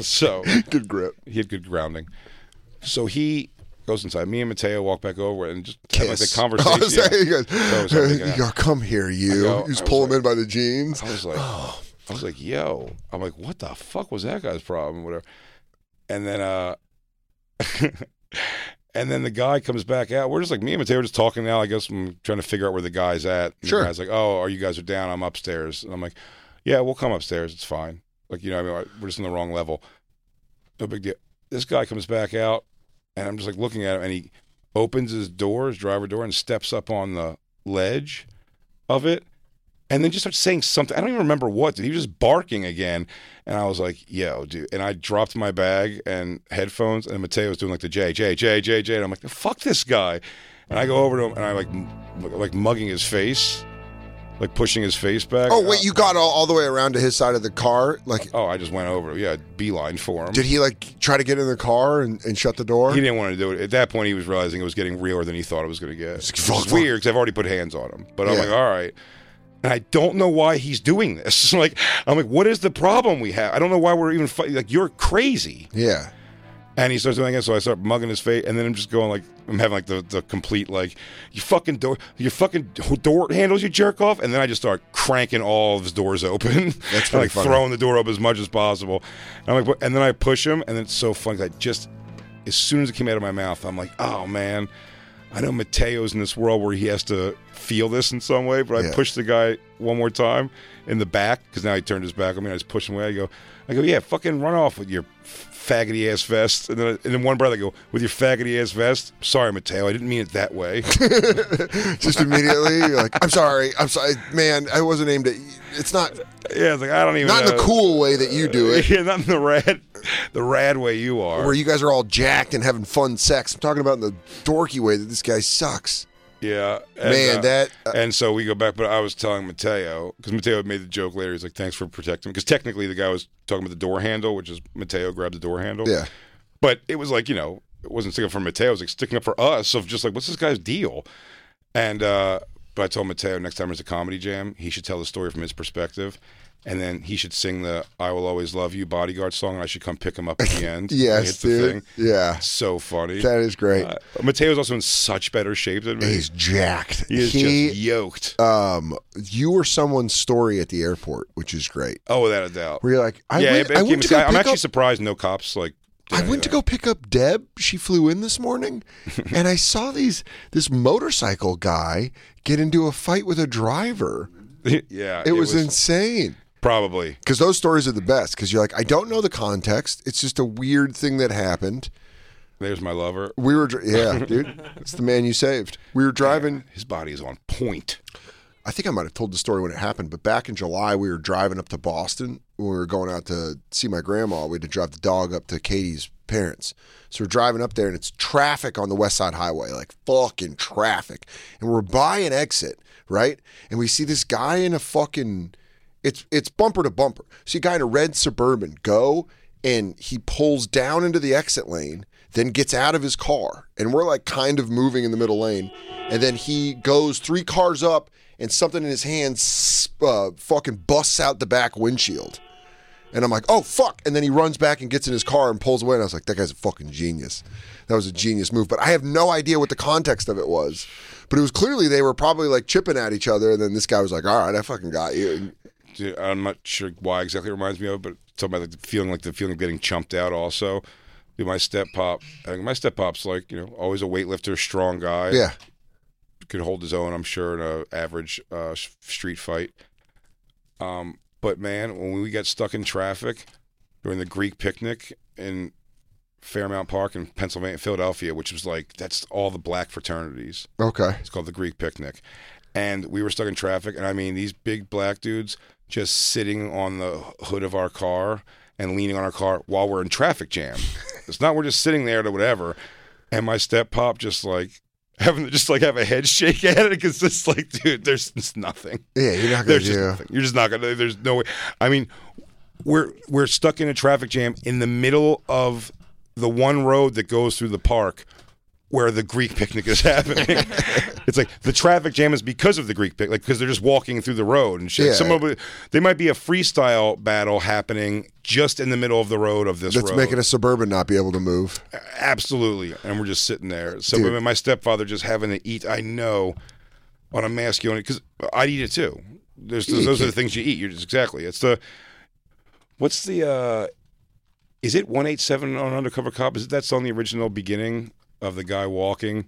C: so
B: Good grip.
C: he had good grounding. So he goes inside. Me and Mateo walk back over and just have like the
B: Kiss.
C: conversation.
B: I was like, he
C: Yeah.
B: goes,
C: So I was like, yeah.
B: you go, come here, you.
C: go-
B: you just
C: I was
B: pull him
C: like-
B: in by the jeans.
C: I was like, I was like, yo, I'm like, what the fuck was that guy's problem, whatever. And then, uh, and then the guy comes back out. We're just like me and Mateo are just talking now. I guess I'm trying to figure out where the guy's at. And
B: Sure.
C: The guy's like, oh, are you guys are down? I'm upstairs. And I'm like, yeah, we'll come upstairs. It's fine. Like you know, I mean, I- we're just in the wrong level. No big deal. This guy comes back out, and I'm just like looking at him, and he opens his door, his driver door, and steps up on the ledge of it and then just starts saying something. I don't even remember what. Dude. He was just barking again, and I was like, "Yo, dude!" And I dropped my bag and headphones, and Mateo was doing like the J J J J J, and I'm like, "Fuck this guy!" And I go over to him, and I like m- like mugging his face, like pushing his face back. Uh,
B: Oh wait, you got all, all the way around to his side of the car. Like,
C: Oh, I just went over. Yeah, beeline for him.
B: did he like try to get in the car and, and shut the door?
C: Um, He didn't want to do it. At that point, he was realizing it was getting realer than he thought it was going to get.
B: It's like,
C: It's
B: fuck, fuck.
C: weird because I've already put hands on him, but I'm
B: Yeah.
C: like, all right. And I don't know why he's doing this. like, I'm like, what is the problem we have? I don't know why we're even fighting. Like, you're crazy.
B: Yeah.
C: And he starts doing it, so I start mugging his face, and then I'm just going like, I'm having like the, the complete like, you fucking door, your fucking door handles, you jerk off, and then I just start cranking all of his doors open,
B: That's
C: And, like
B: pretty funny.
C: throwing the door up as much as possible, and I'm like, and then I push him, and it's so funny. 'cause I just, as soon as it came out of my mouth, I'm like, oh man, I know Mateo's in this world where he has to feel this in some way, but I
B: Yeah.
C: pushed the guy one more time in the back because now he turned his back on me. and I was pushing away. I go, I go, yeah, fucking run off with your faggoty ass vest. And then, and then one brother I go with your faggoty ass vest. Sorry, Mateo, I didn't mean it that way.
B: Just immediately, you're like, I'm sorry, I'm sorry, man. I wasn't aimed at. you. It's not.
C: Yeah, it's like I don't even.
B: Not in the
C: know.
B: cool way that you do it,
C: yeah, not in the rad, the rad way you are.
B: where you guys are all jacked and having fun sex. I'm talking about in the dorky way that this guy sucks.
C: Yeah, uh,
B: Man, that- uh,
C: and so we go back, but I was telling Mateo because Mateo made the joke later. He's like, "Thanks for protecting," because technically the guy was talking about the door handle, which is Mateo grabbed the door handle.
B: Yeah.
C: but it was like you know, it wasn't sticking up for Mateo. It was like sticking up for us of just like, what's this guy's deal? And uh, but I told Mateo next time there's a comedy jam, he should tell the story from his perspective, and then he should sing the "I Will Always Love You" bodyguard song, and I should come pick him up at the end. when he
B: Yes,
C: hits the
B: dude. Yeah,
C: So funny.
B: that is great.
C: Uh, Mateo's also in such better shape than me.
B: He's jacked.
C: He is
B: He-
C: just yoked.
B: um, you were someone's story at the airport, which is great.
C: Oh, without a doubt.
B: Where you're like, I
C: yeah,
B: went,
C: it
B: I
C: became
B: went to
C: a
B: go
C: sky- I'm
B: pick
C: actually
B: up-
C: surprised no cops like. did
B: I went to
C: anything.
B: go pick up Deb. She flew in this morning, and I saw these this motorcycle guy get into a fight with a driver.
C: yeah,
B: It, was, insane.
C: probably.
B: Because those stories are the best. Because you're like, I don't know the context. It's just a weird thing that happened.
C: There's my lover.
B: We were, dr- yeah, dude. It's the man you saved. We were driving.
C: His body is on point.
B: I think I might have told the story when it happened, but back in July, we were driving up to Boston. When we were going out to see my grandma, we had to drive the dog up to Katie's parents. So we're driving up there, and it's traffic on the West Side Highway, like fucking traffic. And we're by an exit, right? And we see this guy in a fucking, it's it's bumper to bumper. See a guy in a red suburban go, and he pulls down into the exit lane, then gets out of his car, and we're like kind of moving in the middle lane, and then he goes three cars up and something in his hand s- uh, fucking busts out the back windshield. And I'm like, oh, fuck. And then he runs back and gets in his car and pulls away. And I was like, that guy's a fucking genius. That was a genius move. But I have no idea what the context of it was. But it was clearly they were probably like chipping at each other. And then this guy was like, all right, I fucking got you. And
C: Dude, I'm not sure why exactly it reminds me of, but it's something about the feeling like the feeling of getting chumped out. Also, dude, my step pop. I think my step pop's like you know always a weightlifter, strong guy.
B: yeah.
C: could hold his own, I'm sure, in a average uh, s- street fight. Um, but man, when we got stuck in traffic during the Greek picnic in Fairmount Park in Pennsylvania, Philadelphia, which was like that's all the black fraternities.
B: Okay.
C: It's called the Greek picnic, and we were stuck in traffic. And I mean, these big black dudes just sitting on the hood of our car and leaning on our car while we're in traffic jam. it's not we're just sitting there to whatever. And my step pop just like having to just like have a head shake at it because it's like, dude, there's it's nothing.
B: Yeah, you're not going
C: There's
B: to
C: just
B: do.
C: nothing. You're just not gonna. There's no way. I mean, we're we're stuck in a traffic jam in the middle of the one road that goes through the park where the Greek picnic is happening. it's like the traffic jam is because of the Greek picnic, like because they're just walking through the road and shit.
B: Yeah.
C: Some of it, they might be a freestyle battle happening just in the middle of the road of this
B: That's
C: road.
B: making a suburban not be able to move.
C: Absolutely. And we're just sitting there. So
B: Dude.
C: but my stepfather just having to eat, I know, on a masculine, because I'd eat it too. There's,
B: Yeah, you
C: those are the
B: can't-
C: things you eat. You're just exactly. It's the, what's the, uh, is it 187 on Undercover Cop? Is it that's on the original beginning of the guy walking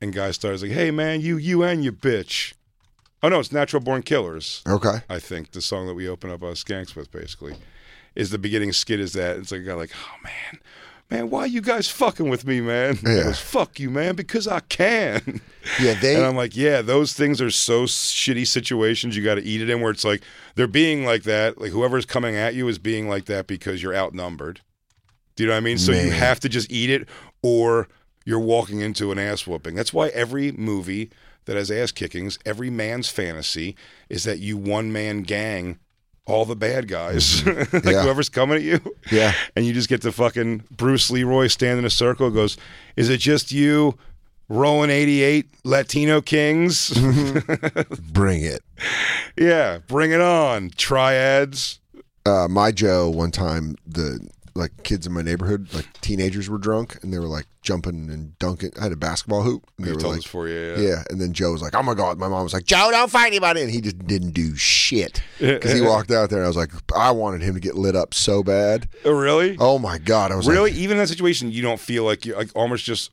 C: and guy starts like, hey man, you, you and you bitch. Oh no, it's Natural Born Killers.
B: Okay.
C: I think the song that we open up us skanks with basically is the beginning skit is that it's like a guy like oh man man why you guys fucking with me man He
B: Yeah.
C: goes, fuck you man because I can
B: Yeah, they.
C: and I'm like yeah those things are so shitty situations you got to eat it in where it's like they're being like that like whoever's coming at you is being like that because you're outnumbered do you know what I mean so you
B: Man.
C: have to just eat it or you're walking into an ass whooping that's why every movie that has ass kickings every man's fantasy is that you one man gang all the bad guys like
B: Mm-hmm. Yeah.
C: whoever's coming at you
B: yeah.
C: and you just get the fucking Bruce Leroy stand in a circle goes, Is it just you rolling 88 Latino Kings?
B: Bring it.
C: yeah, bring it on. Triads.
B: uh, my Joe one time the like kids in my neighborhood like teenagers were drunk and they were like jumping and dunking. I had a basketball hoop. And they
C: You
B: were
C: told
B: like,
C: us for you. Yeah.
B: yeah. and then Joe was like, "Oh my god!" My mom was like, "Joe, don't fight anybody," and he just didn't do shit because he walked out there. and I was like, I wanted him to get lit up so bad.
C: Oh, really?
B: Oh my god! I was
C: really?
B: Like,
C: Even in that situation, you don't feel like you're like almost just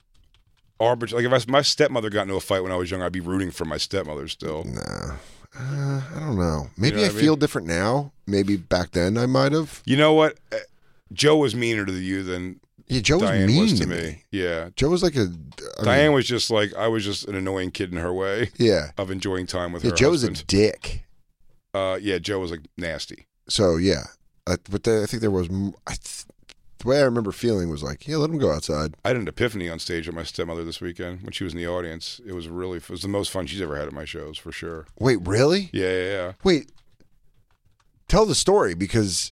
C: arbitrary. Like if I, my stepmother got into a fight when I was young, I'd be rooting for my stepmother still.
B: nah. Uh, I don't know. Maybe
C: know
B: I
C: what I
B: feel
C: mean?
B: different now. Maybe back then I might have.
C: You know what? Uh, Joe was meaner to you than
B: Yeah, Joe was
C: Diane
B: mean
C: was
B: to
C: to
B: me.
C: me. Yeah.
B: Joe was like a. I
C: Diane
B: mean,
C: was just like I was just an annoying kid in her way
B: Yeah.
C: of enjoying time with
B: yeah,
C: her.
B: Joe's a
C: husband.
B: dick.
C: uh, yeah, Joe was like nasty.
B: So yeah, I, but the, I think there was. m- I th- the way I remember feeling was like, yeah, let him go outside.
C: I had an epiphany on stage with my stepmother this weekend when she was in the audience. It was really it was the most fun she's ever had at my shows for sure.
B: Wait, really?
C: Yeah, yeah, yeah.
B: Wait, tell the story because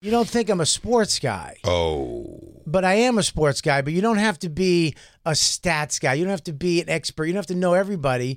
A: You don't think I'm a sports guy,
C: Oh.
A: but I am a sports guy. But you don't have to be a stats guy. You don't have to be an expert. You don't have to know everybody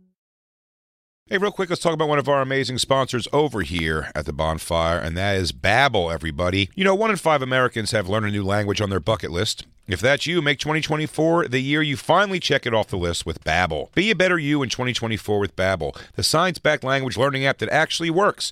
C: Hey, real quick, let's talk about one of our amazing sponsors over here at the bonfire, and that is Babbel, everybody. You know, one in five Americans have learned a new language on their bucket list. If that's you, make 2024 the year you finally check it off the list with Babbel. Be a better you in 2024 with Babbel, the science-backed language learning app that actually works.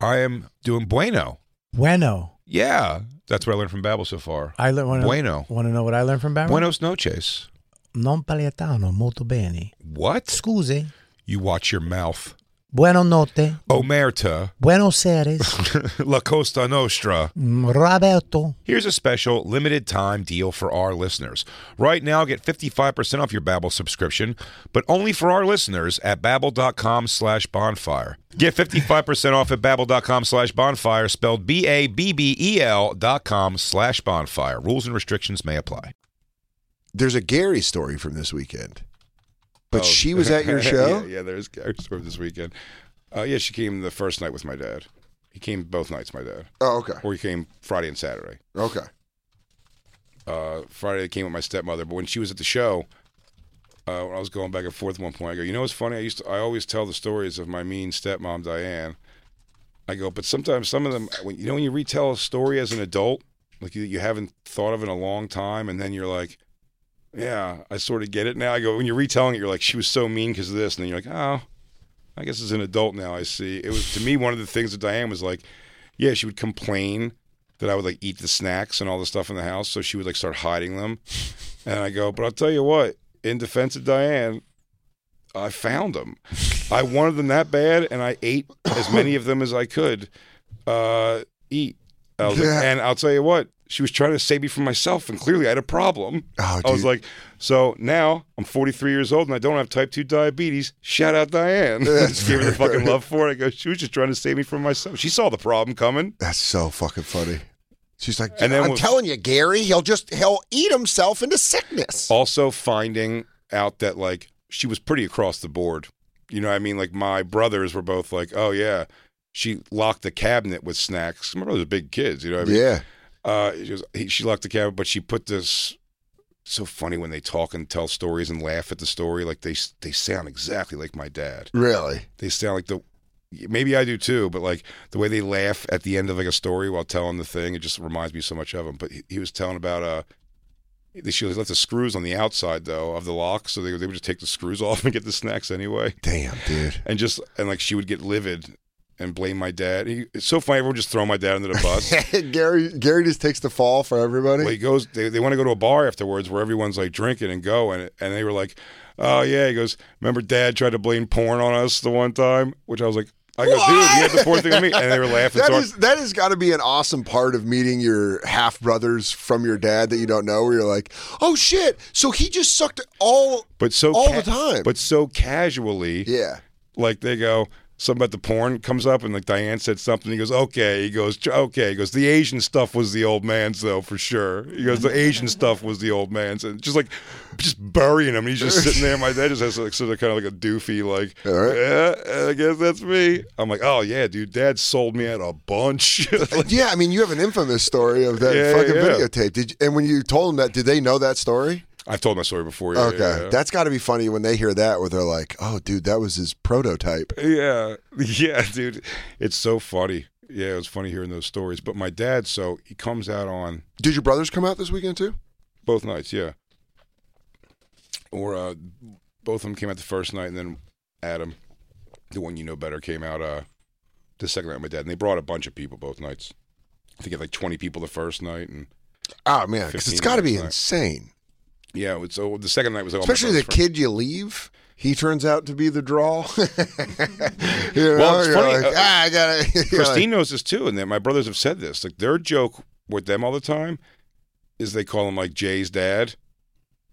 C: I am doing bueno.
A: Bueno.
C: Yeah, That's what I learned from Babel so far.
A: I learned. Wanna,
C: bueno.
A: Want to know what I learned from Barry?
C: Buenos noches.
A: Non paletano molto bene.
C: What?
A: Scusi.
C: You watch your mouth.
A: Buenos notte.
C: Omerta.
A: Buenos Aires.
C: La Costa Nostra.
A: Roberto.
C: Here's a special limited time deal for our listeners. Right now, get 55% off your Babbel subscription, but only for our listeners at babbel.com slash bonfire. Get 55% off at babbel.com slash bonfire, spelled B-A-B-B-E-L E dot com slash bonfire. Rules and restrictions may apply.
B: There's a Gary story from this weekend. But she was at your show?
C: Oh. yeah, yeah, there's Gary Storm this weekend. Uh, yeah, she came the first night with my dad. He came both nights, my dad.
B: Oh, okay.
C: Or he came Friday and Saturday.
B: Okay.
C: Uh, Friday, I came with my stepmother. But when she was at the show, uh, when I was going back and forth at one point, I go, you know what's funny? I used to, I always tell the stories of my mean stepmom, Diane. I go, but sometimes some of them, when you know, when you retell a story as an adult, like you, you haven't thought of in a long time, and then you're like, yeah, I sort of get it now. I go, when you're retelling it, you're like, she was so mean because of this. And then you're like, oh, I guess as an adult now, I see. It was to me one of the things that Diane was like, yeah, she would complain that I would like eat the snacks and all the stuff in the house. So she would like start hiding them. And I go, but I'll tell you what, in defense of Diane, I found them. I wanted them that bad and I ate as many of them as I could uh, eat. I was like,
B: Yeah.
C: and I'll tell you what, she was trying to save me from myself, and clearly I had a problem.
B: Oh,
C: I was
B: dude.
C: like, so now I'm 43 years old and I don't have type 2 diabetes. Shout out Diane.
B: That's
C: Just gave her the
B: very
C: fucking
B: good.
C: love for it. I go, she was just trying to save me from myself. She saw the problem coming.
B: That's so fucking funny. She's like,
C: And then
B: I'm
C: with-
B: telling you, Gary, he'll just he'll eat himself into sickness.
C: Also, finding out that like she was pretty across the board. You know what I mean? Like my brothers were both like, oh yeah, she locked the cabinet with snacks. My brothers are big kids. You know what I mean?
B: yeah.
C: Uh, she, was, he, she locked the cabinet, but she put this. So funny when they talk and tell stories and laugh at the story. Like they s- they sound exactly like my dad.
B: Really?
C: they sound like the maybe I do too, but like the way they laugh at the end of like a story while telling the thing, it just reminds me so much of him. But he, he was telling about uh. She left the screws on the outside though of the lock, so they, they would just take the screws off and get the snacks anyway.
B: Damn, dude.
C: And just and like she would get livid and blame my dad. He, it's so funny, everyone just throw my dad under the bus.
B: Gary Gary just takes the fall for everybody.
C: Well, he goes. They, they want to go to a bar afterwards where everyone's like drinking and go, and and they were like, "Oh yeah." He goes, "Remember, Dad tried to blame porn on us the one time," which I was like, "I go, dude, you had the porn thing on me," and they were laughing.
B: That
C: so I-
B: is that has got to be an awesome part of meeting your half brothers from your dad that you don't know. Where you're like, oh shit, so he just sucked all
C: but so
B: all
C: ca-
B: the time.
C: but so casually,
B: yeah,
C: like they go. Something about the porn comes up, and like Diane said something. He goes, "Okay." He goes, "Tr- "Okay." He goes, "The Asian stuff was the old man's, though, for sure." He goes, "The Asian stuff was the old man's," and just like, just burying him. He's just sitting there. My dad just has like sort of kind of like a doofy, like,
B: All right.
C: "Yeah, I guess that's me." I'm like, "Oh yeah, dude, Dad sold me out a bunch." Like,
B: yeah. I mean, you have an infamous story of that
C: Yeah,
B: fucking
C: yeah.
B: videotape. Did you, and when you told them that, did they know that story?
C: I've told my story before. yeah,
B: okay,
C: yeah.
B: that's got to be funny when they hear that, where they're like, oh dude, that was his prototype.
C: Yeah, yeah, dude, it's so funny. Yeah, it was funny hearing those stories. But my dad, so he comes out on
B: Did your brothers come out this weekend too?
C: Both nights, yeah. Or uh, both of them came out the first night, and then Adam, the one you know better, came out uh, the second night. with My dad and they brought a bunch of people both nights. I think it had like twenty people the first night, and
B: Oh man, because it's
C: 15
B: got to be
C: minutes, right.
B: insane,
C: yeah, it was, so the second night was like all my
B: especially the
C: friends' friends.
B: kid you leave. He turns out to be the draw. You know,
C: it's
B: you're
C: funny,
B: like,
C: uh,
B: ah, I gotta. you're like-
C: Christine knows this too, and then my brothers have said this. Like their joke with them all the time is they call him like Jay's dad.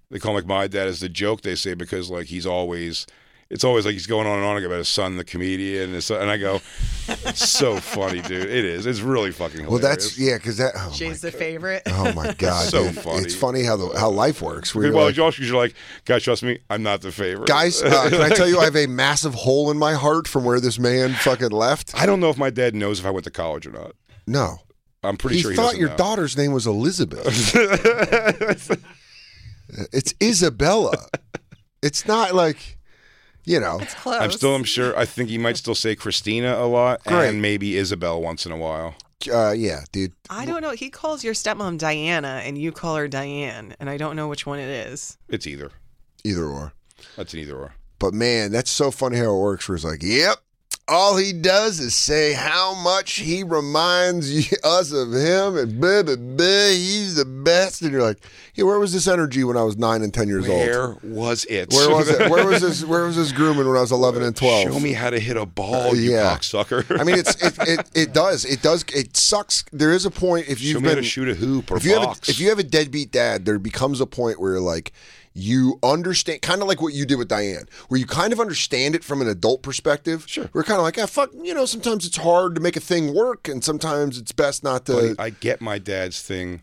C: They call him like my dad is the joke they say because like he's always. It's always like he's going on and on about his son, the comedian, and, his son, and I go, it's "So funny, dude! It is. It's really fucking
B: Well,
C: hilarious."
B: that's yeah, because that. Oh
I: Jay's the favorite.
B: my, oh my god,
C: So
B: dude.
C: funny.
B: It's funny how the how life works. Where
C: Well,
B: you're like,
C: Josh, you're like, guys, trust me, I'm not the favorite.
B: guys, uh, can I tell you I have a massive hole in my heart from where this man fucking left?
C: I don't know if my dad knows if I went to college or not.
B: No,
C: I'm pretty
B: he
C: sure he
B: thought
C: doesn't
B: your
C: know.
B: daughter's name was Elizabeth. it's Isabella. It's not like, you know.
I: It's close.
C: I'm still, I'm sure. I think he might still say Christina a lot,
B: Great.
C: and maybe Isabel once in a while.
B: Uh, yeah, dude.
I: I don't know. He calls your stepmom Diana, and you call her Diane, and I don't know which one it is.
C: It's either.
B: Either or.
C: That's an either or.
B: But man, that's so funny how it works. Where it's like, yep, all he does is say how much he reminds you- us of him and blah, blah, blah, he's the best. And you're like, yeah, where was this energy when I was nine and 10 years
C: Where
B: old?
C: was it?
B: Where was it? Where was this? Where was this grooming when I was 11 and 12?
C: Show me how to hit a ball,
B: Uh,
C: Oh, you
B: yeah.
C: cocksucker.
B: I mean, it's it, it it does it does it sucks. There is a point if you've
C: Show me
B: been
C: how to shoot a hoop or
B: if you have
C: box.
B: a, if you have a deadbeat dad, there becomes a point where like you understand, kind of like what you did with Diane, where you kind of understand it from an adult perspective. Sure, we're kind of like, ah, fuck, you know, sometimes it's hard to make a thing work, and sometimes it's best not to.
C: Buddy, I get my dad's thing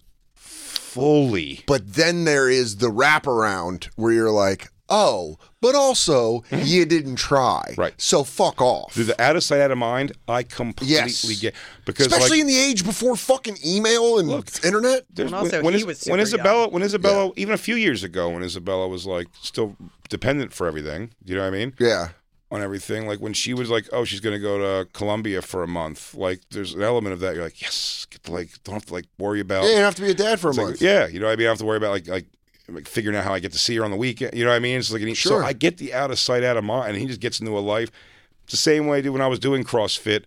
C: fully.
B: But then there is the wraparound where you're like, oh, but also
C: Mm-hmm.
B: you didn't try. Right. So fuck off.
C: Through the out of sight, out of mind, I completely
B: Yes.
C: get because like,
B: Especially in the age before fucking email and internet.
C: There's- is- when Isabella when Isabella even a few years ago when Isabella was like still dependent for everything. You know what I mean?
B: Yeah.
C: On everything, like when she was like, "Oh, she's gonna go to Colombia for a month." Like, there's an element of that. You're like, "Yes, get to, like don't have to like worry about."
B: Yeah, you don't have to be a dad for a
C: Oh. It's like,
B: month.
C: yeah, you know, what I mean, I don't have to worry about like like like figuring out how I get to see her on the weekend. You know what I mean? It's like an,
B: Sure.
C: so I get the out of sight, out of mind, and he just gets into a life. It's the same way I do when I was doing CrossFit.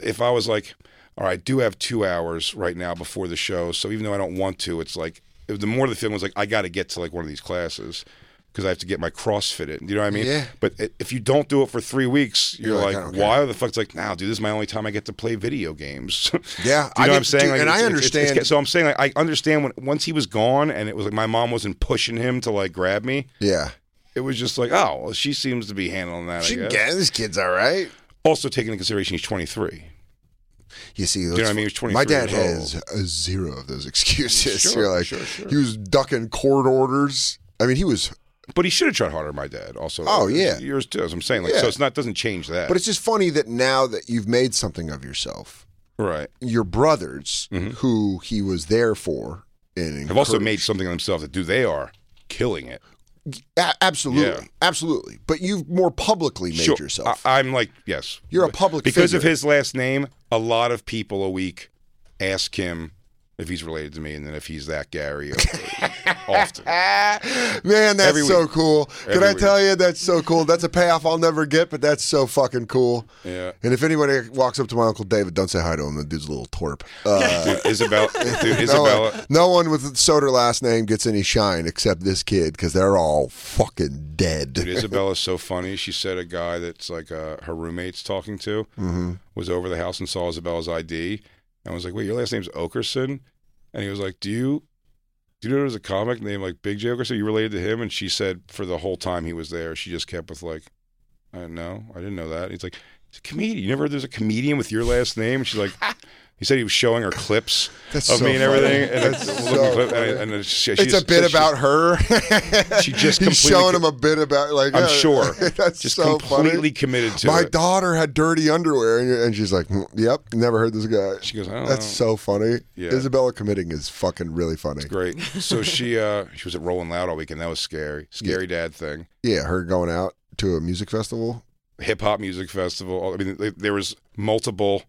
C: If I was like, all right, I do have two hours right now before the show, so even though I don't want to, it's like the more the feeling was like I got to get to like one of these classes. Because I have to get my CrossFit in, you know what I mean?
B: Yeah.
C: But i- if you don't do it for three weeks, you're,
B: You're like,
C: like,
B: I don't care.
C: why the fuck? It's like, now, dude, this is my only time I get to play video games.
B: Yeah,
C: Do
B: I
C: you know what
B: get-
C: I'm saying?
B: dude,
C: Like,
B: and I
C: it's- it's- it's-
B: understand-
C: so I'm saying like I understand when once he was gone, and it was like my mom wasn't pushing him to like grab me.
B: Yeah,
C: it was just like oh, well, she seems to be handling that.
B: She
C: I guess.
B: gets- this kid's all right.
C: Also, taking into consideration he's 23.
B: You see,
C: you know
B: that's-
C: what I mean? He's 23.
B: My dad
C: years
B: has
C: old.
B: a zero of those excuses.
C: Sure,
B: You're like,
C: sure, sure.
B: he was ducking court orders. I mean, he was,
C: but he should have tried harder. My dad also.
B: Oh, yeah.
C: yours too. As I'm saying, like
B: Yeah.
C: so, it's not doesn't change that.
B: but it's just funny that now that you've made something of yourself,
C: right.
B: your brothers, who he was there for, and
C: Mm-hmm. Have also
B: encouraged-
C: made something of themselves that do they are killing it.
B: A- absolutely,
C: Yeah.
B: absolutely. But you've more publicly made
C: Sure.
B: yourself.
C: I, I'm like yes.
B: You're a public
C: because of
B: figure.
C: his last name, a lot of people a week ask him if he's related to me, and then if he's that Gary. Or, often.
B: Man, that's
C: Every
B: so
C: week.
B: cool. Can
C: Every
B: I
C: week.
B: tell you that's so cool? That's a payoff I'll never get, but that's so fucking cool.
C: Yeah.
B: And if anybody walks up to my uncle David, don't say hi to him. The dude's a little twerp. Uh,
C: Dude, Isabella, dude,
B: no,
C: Isabella,
B: one, no one with Soder last name gets any shine except this kid because they're all fucking dead.
C: Dude, Isabella's so funny. She said a guy that's like uh, her roommate's talking to
B: Mhm.
C: was over the house and saw Isabella's ID and was like, "Wait, your last name's Okerson?" And he was like, "Do you do you know there's a comic named like Big J Okerson? You related to him?" And she said, for the whole time he was there, she just kept with like, "I don't know, I didn't know that." And he's like, "He's a comedian. You never heard there's a comedian with your last name?" And she's like. He said he was showing her clips
B: That's
C: of
B: so
C: me and everything,
B: funny.
C: and,
B: That's
C: it's-
B: so
C: looking clip-
B: funny.
C: and, and it's, she- she
B: it's
C: just-
B: a bit
C: she-
B: about her.
C: She just
B: He's
C: completely
B: showing
C: co-
B: him a bit about like
C: I'm
B: yeah,
C: sure.
B: that's
C: just
B: so funny.
C: completely committed to
B: My
C: it.
B: daughter had dirty underwear, and, and she's like, "Mm, "Yep, never heard this guy."
C: She goes, "I don't
B: "That's
C: know."
B: so funny."
C: Yeah.
B: Isabella committing is fucking really funny.
C: Great. So she uh she was at Rolling Loud all weekend. That was scary. Scary dad thing.
B: Yeah, her going out to a music festival.
C: Hip hop music festival. I mean, th- there was multiple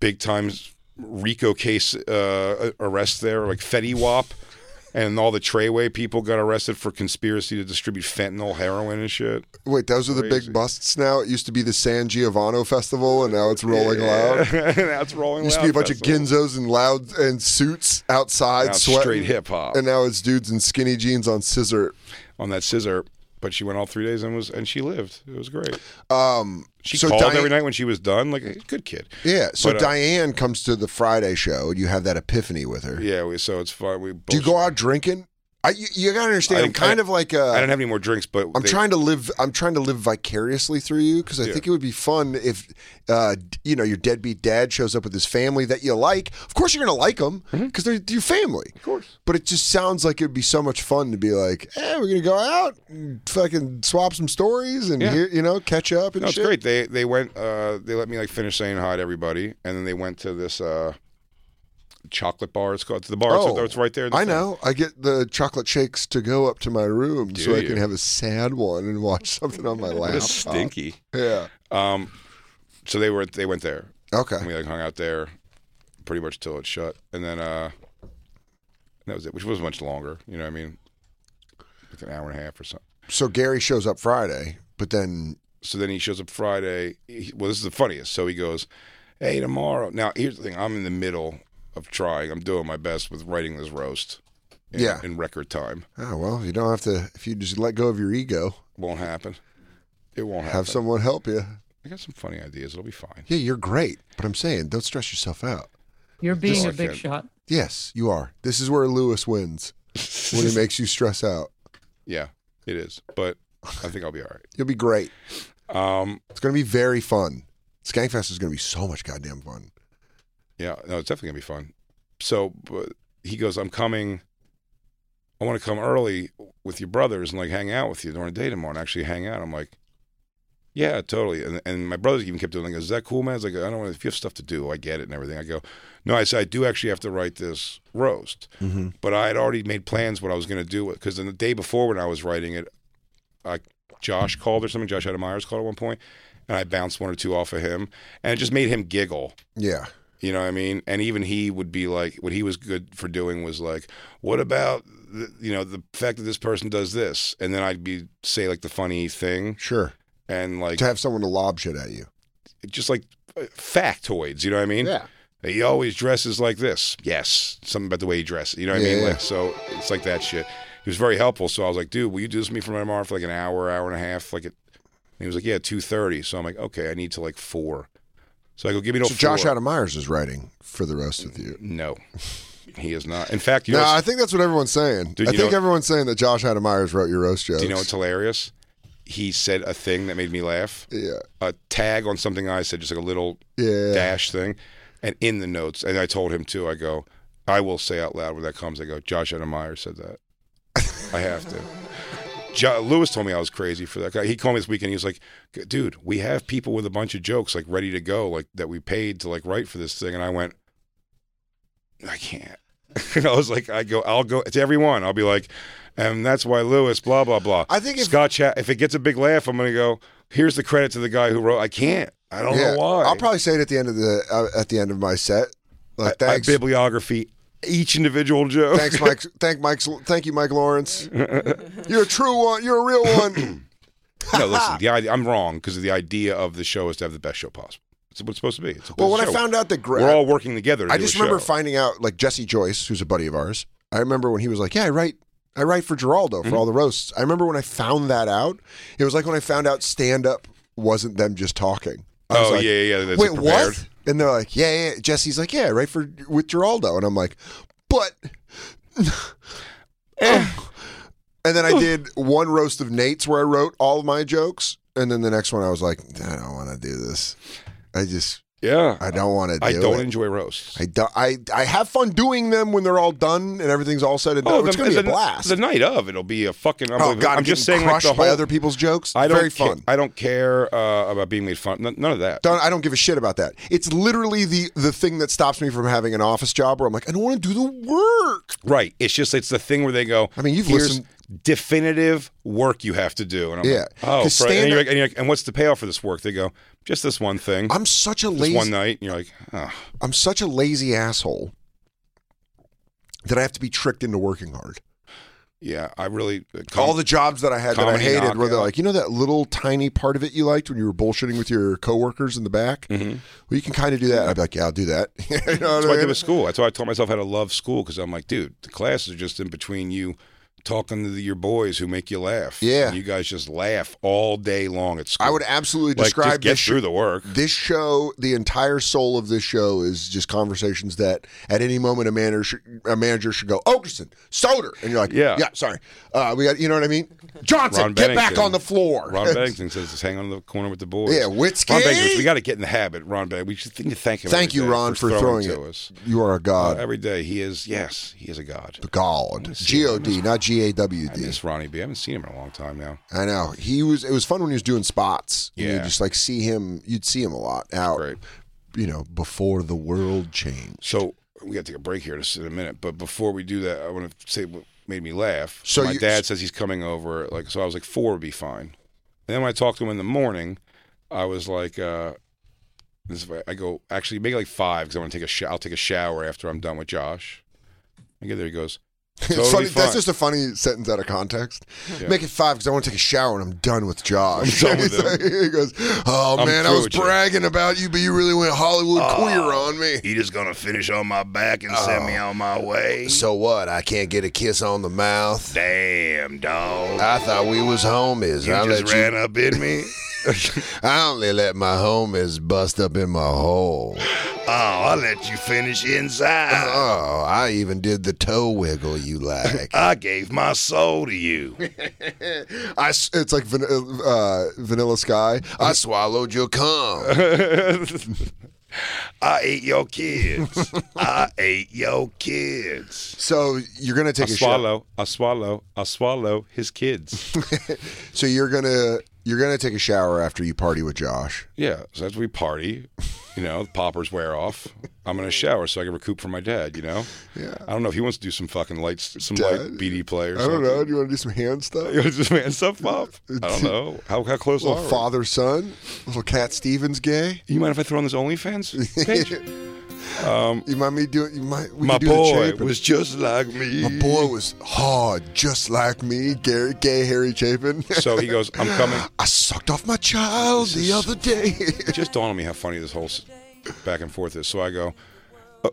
C: big times Rico case uh, arrests there, like Fetty Wap, and all the Treyway people got arrested for conspiracy to distribute fentanyl, heroin, and shit.
B: Wait, those are the
C: Crazy.
B: big busts now. It used to be the San Giovanni Festival, and now it's Rolling Loud.
C: That's Rolling
B: Used to
C: Loud.
B: be a bunch
C: festival.
B: of ginzos and loud and suits outside,
C: Now it's
B: sweating.
C: straight hip hop.
B: and now it's dudes in skinny jeans on scissor.
C: on that scissor. But she went all three days and was and she lived. It was great.
B: Um,
C: She
B: so
C: called
B: Diane-
C: every night when she was done. Like a good kid.
B: Yeah. So
C: But, uh,
B: Diane comes to the Friday show, and you have that epiphany with her.
C: Yeah. We, so it's fun. We
B: Do you go out drinking? I, you, you gotta understand.
C: I
B: I'm
C: don't-
B: kind
C: I-
B: of like uh,
C: I don't have any more drinks, but
B: I'm
C: they-
B: trying to live. I'm trying to live vicariously through you because I
C: Yeah.
B: think it would be fun if, uh, d- you know, your deadbeat dad shows up with his family that you like. Of course, you're gonna like them because they're your family. Of
C: Mm-hmm. course.
B: But it just sounds like it'd be so much fun to be like, "Hey, we're gonna go out, and fucking swap some stories, and
C: Yeah.
B: hear, you know, catch up and
C: No, it's
B: shit."
C: great. They they went. Uh, they let me like finish saying hi to everybody, and then they went to this uh, chocolate bar. It's called to the bar. It's- it's, right there. in the
B: Oh, I
C: thing.
B: know. I get the chocolate shakes to go up to my room
C: Do
B: so I
C: you?
B: can have a sad one and watch something on my
C: What
B: laptop.
C: a stinky.
B: Yeah.
C: Um, Uh, so they were they went there.
B: Okay.
C: And we like hung out there, pretty much till it shut, and then uh, that was it, which was much longer. You know, what I mean, like an hour and a half or something.
B: So Gary shows up Friday, but then
C: So then he shows up Friday. He, well, this is the funniest. So he goes, "Hey, tomorrow." Now here's the thing: I'm in the middle of trying. I'm doing my best with writing this roast. In,
B: Yeah.
C: In record time,
B: Oh well, you don't have to. If you just let go of your ego,
C: won't happen. It won't happen.
B: have someone help you.
C: I got some funny ideas. It'll be fine.
B: Yeah, you're great, but I'm saying don't stress yourself out.
K: You're
C: Just
K: being a
C: like
K: big
C: him.
K: shot.
B: Yes, you are. This is where Lewis wins when he makes you stress out.
C: Yeah, it is. But I think I'll be all right.
B: You'll be great.
C: Um,
B: it's going to be very fun. Skankfest is going to be so much goddamn fun.
C: Yeah, no, it's definitely gonna be fun. So but he goes, I'm coming. I want to come early with your brothers and like hang out with you during the day tomorrow and actually hang out. I'm like, yeah, totally. And and my brothers even kept doing. Like, is that cool, man? It's like I don't want to. If you have stuff to do, I get it and everything. I go, no, I said I do actually have to write this roast,
B: Mhm.
C: but I had already made plans what I was gonna do because the day before when I was writing it, I, Josh called or something. Josh Adam Myers called at one point, and I bounced one or two off of him, and it just made him giggle.
B: Yeah.
C: You know what I mean? And even he would be like, what he was good for doing was like, what about, the, you know, the fact that this person does this? And then I'd be, say like the funny thing.
B: Sure.
C: And like,
B: to have someone to lob shit at you.
C: just like uh, factoids, you know what I mean?
B: Yeah.
C: He always dresses like this. Yes. Something about the way he dresses, you know what I
B: Yeah,
C: mean?
B: yeah.
C: Like, so it's like that shit. He was very helpful. So I was like, dude, will you do this for me for my tomorrow for like an hour, hour and a half? Like it, and he was like, yeah, 2.30. So I'm like, okay, I need to like four. So I go, give me till
B: so Josh
C: four.
B: Adam Myers is writing for the rest of you.
C: No, he is not. In fact, you
B: No,
C: know,
B: I think that's what everyone's saying.
C: Dude,
B: I
C: you
B: think
C: know-
B: everyone's saying that Josh Adam Myers wrote your roast jokes.
C: do you know what's hilarious? He said a thing that made me laugh.
B: Yeah.
C: A tag on something I said, just like a little
B: Yeah.
C: dash thing. And in the notes, and I told him too, I go, I will say out loud when that comes, I go, Josh Adam Meyer said that. I have to. Jo- Lewis told me I was crazy for that guy. He called me this weekend. He was like, dude, we have people with a bunch of jokes like ready to go, like that we paid to like write for this thing. And I went, I can't. and I was like, I go, I'll go to everyone. I'll be like, and that's why Lewis, blah blah blah. I think if, Scott, Cha- if it gets a big laugh, I'm gonna go. Here's the credit to the guy who wrote. I can't. I don't
B: Yeah.
C: know why.
B: I'll probably say it at the end of the uh, at the end of my set. Like
C: I- I
B: thanks,
C: bibliography each individual joke.
B: thanks, Mike. Thank Mike. Thank you, Mike Lawrence. You're a true one. You're a real one.
C: no, listen. The idea, I'm wrong because the idea of the show is to have the best show possible. It's what it's supposed to be. It's a
B: well, when I
C: show.
B: found out that Gra-
C: we're all working together, to
B: I
C: do a
B: just remember
C: show.
B: finding out like Jesse Joyce, who's a buddy of ours. I remember when he was like, "Yeah, I write, I write for Geraldo for
C: Mhm.
B: all the roasts." I remember when I found that out. It was like when I found out stand up wasn't them just talking. I was
C: Oh,
B: like,
C: yeah, yeah, yeah, that's
B: Wait,
C: prepared."
B: what? And they're like, "Yeah, yeah." yeah." Jesse's like, "Yeah, I write for with Geraldo," and I'm like, "But."
C: Eh.
B: And then I did one roast of Nate's where I wrote all of my jokes, and then the next one I was like, I don't want to do this. I just
C: yeah,
B: I don't want to. Do
C: I don't
B: it.
C: enjoy roasts.
B: I, do, I I have fun doing them when they're all done and everything's all said and
C: Oh,
B: done. it's gonna be a blast.
C: The night of, it'll be a fucking.
B: oh
C: unbelievable-
B: God, I'm,
C: I'm just
B: getting
C: saying, like
B: crushed
C: the whole
B: by other people's jokes.
C: I don't
B: Very
C: ca-
B: fun.
C: I don't care uh, about being made fun. None, none of that.
B: Don't, I don't give a shit about that. It's literally the the thing that stops me from having an office job where I'm like, I don't want to do the work.
C: Right. It's just it's the thing where they go. I mean,
B: you've
C: Here's
B: listened-
C: definitive work you have to do, and I'm
B: Yeah.
C: like, oh,
B: 'Cause
C: for- and, you're
B: stand-up-
C: like, and, you're like, and what's the payoff for this work? They go, just this one thing.
B: I'm such a
C: Mm-hmm. Just
B: lazy-
C: one night, and you're like, oh,
B: I'm such a lazy asshole that I have to be tricked into working hard.
C: yeah, I really uh,
B: all the jobs that I had that I
C: comedy
B: hated where they're
C: knockout.
B: like, you know that little tiny part of it you liked when you were bullshitting with your coworkers in the back? Mm-hmm. Well, you can kind of do that. I'd be like, yeah, I'll do that. you know what
C: That's
B: I
C: why I did
B: mean?
C: with school. That's why I taught myself how to love school because I'm like, dude, the classes are just in between you talking to the, your boys who make you laugh.
B: Yeah.
C: And you guys just laugh all day long at school.
B: I would absolutely
C: Like,
B: describe
C: just get
B: this
C: through
B: sh-
C: the work.
B: This show, the entire soul of this show is just conversations that at any moment a manager should, a manager should go, Ogerson, Soder, and you're like,
C: Yeah.
B: yeah, sorry, uh, we got, you know what I mean? Johnson,
C: Ron
B: get
C: Bennington-
B: back on the floor.
C: Ron Bennington says, just hang on the corner with the boys.
B: Yeah, Witzke.
C: Ron Bennington, we got to get in the habit, Ron Bennington. We should need to thank him.
B: Thank
C: every
B: you,
C: day
B: Ron, for throwing,
C: to
B: it.
C: us.
B: You are a god.
C: Uh, every day. He is, yes, he is a god.
B: God, G O D, not G A W D.
C: Miss Ronnie B. I haven't seen him in a long time now.
B: I know he was. It was fun when he was doing spots. and
C: Yeah.
B: you just like see him. You'd see him a lot out. You know, before the world changed.
C: So we got to take a break here just in a minute. But before we do that, I want to say what made me laugh.
B: So
C: my
B: you-
C: dad says he's coming over. Like so, I was like four would be fine. And then when I talked to him in the morning, I was like, uh, this is, I go actually maybe like five because I want to take a sh- I'll take a shower after I'm done with Josh. I get there, he goes,
B: it's funny.
C: Totally
B: That's
C: fine.
B: just a funny sentence out of context.
C: Yeah.
B: Make it five because I want to take a shower and I'm done with Josh.
C: I'm done with
B: He's like- he goes, "Oh
C: I'm
B: man, I
C: through
B: was
C: with you." Ah.
B: bragging about you, but you really went Hollywood queer on me." Ah.
C: He just gonna finish on my back and
B: send me
C: on my way.
B: So what? I can't get a kiss on the mouth.
C: Damn, dog.
B: I thought we was homies. I let you-
C: up in me.
B: I only let my homies bust up in my hole.
C: Oh, I let you finish inside.
B: Oh, I even did the toe wiggle you like.
C: I gave my soul to you.
B: I, s- it's like van, uh, Vanilla Sky. I swallowed your cum.
C: I ate your kids. I ate your kids.
B: so you're gonna
C: I
B: take a shower.
C: swallow. I swallow. I swallow his kids.
B: So you're gonna you're gonna take a shower after you party with Josh.
C: yeah. So as we party, you know, the poppers wear off. I'm in a shower so I can recoup from my dad. You know.
B: Yeah.
C: I don't know if he wants to do some fucking lights, some
B: Dad?
C: light BD play or
B: I don't
C: something.
B: know. Uh, Do you want to do some hand stuff?
C: You want to just man stuff up? I don't know. How how close are
B: Little
C: we?
B: father son, little Cat Stevens gay.
C: You mind if I throw on this OnlyFans page? um,
B: You mind me doing? You might. We
C: my
B: can do the
C: boy
B: Chapin.
C: was just like me.
B: My boy was hard, just like me, gay, gay Harry Chapin.
C: So he goes, I'm coming.
B: I sucked off my child
C: This
B: the
C: is-
B: other day.
C: It just dawned on me how funny this whole s- back and forth is. So I go,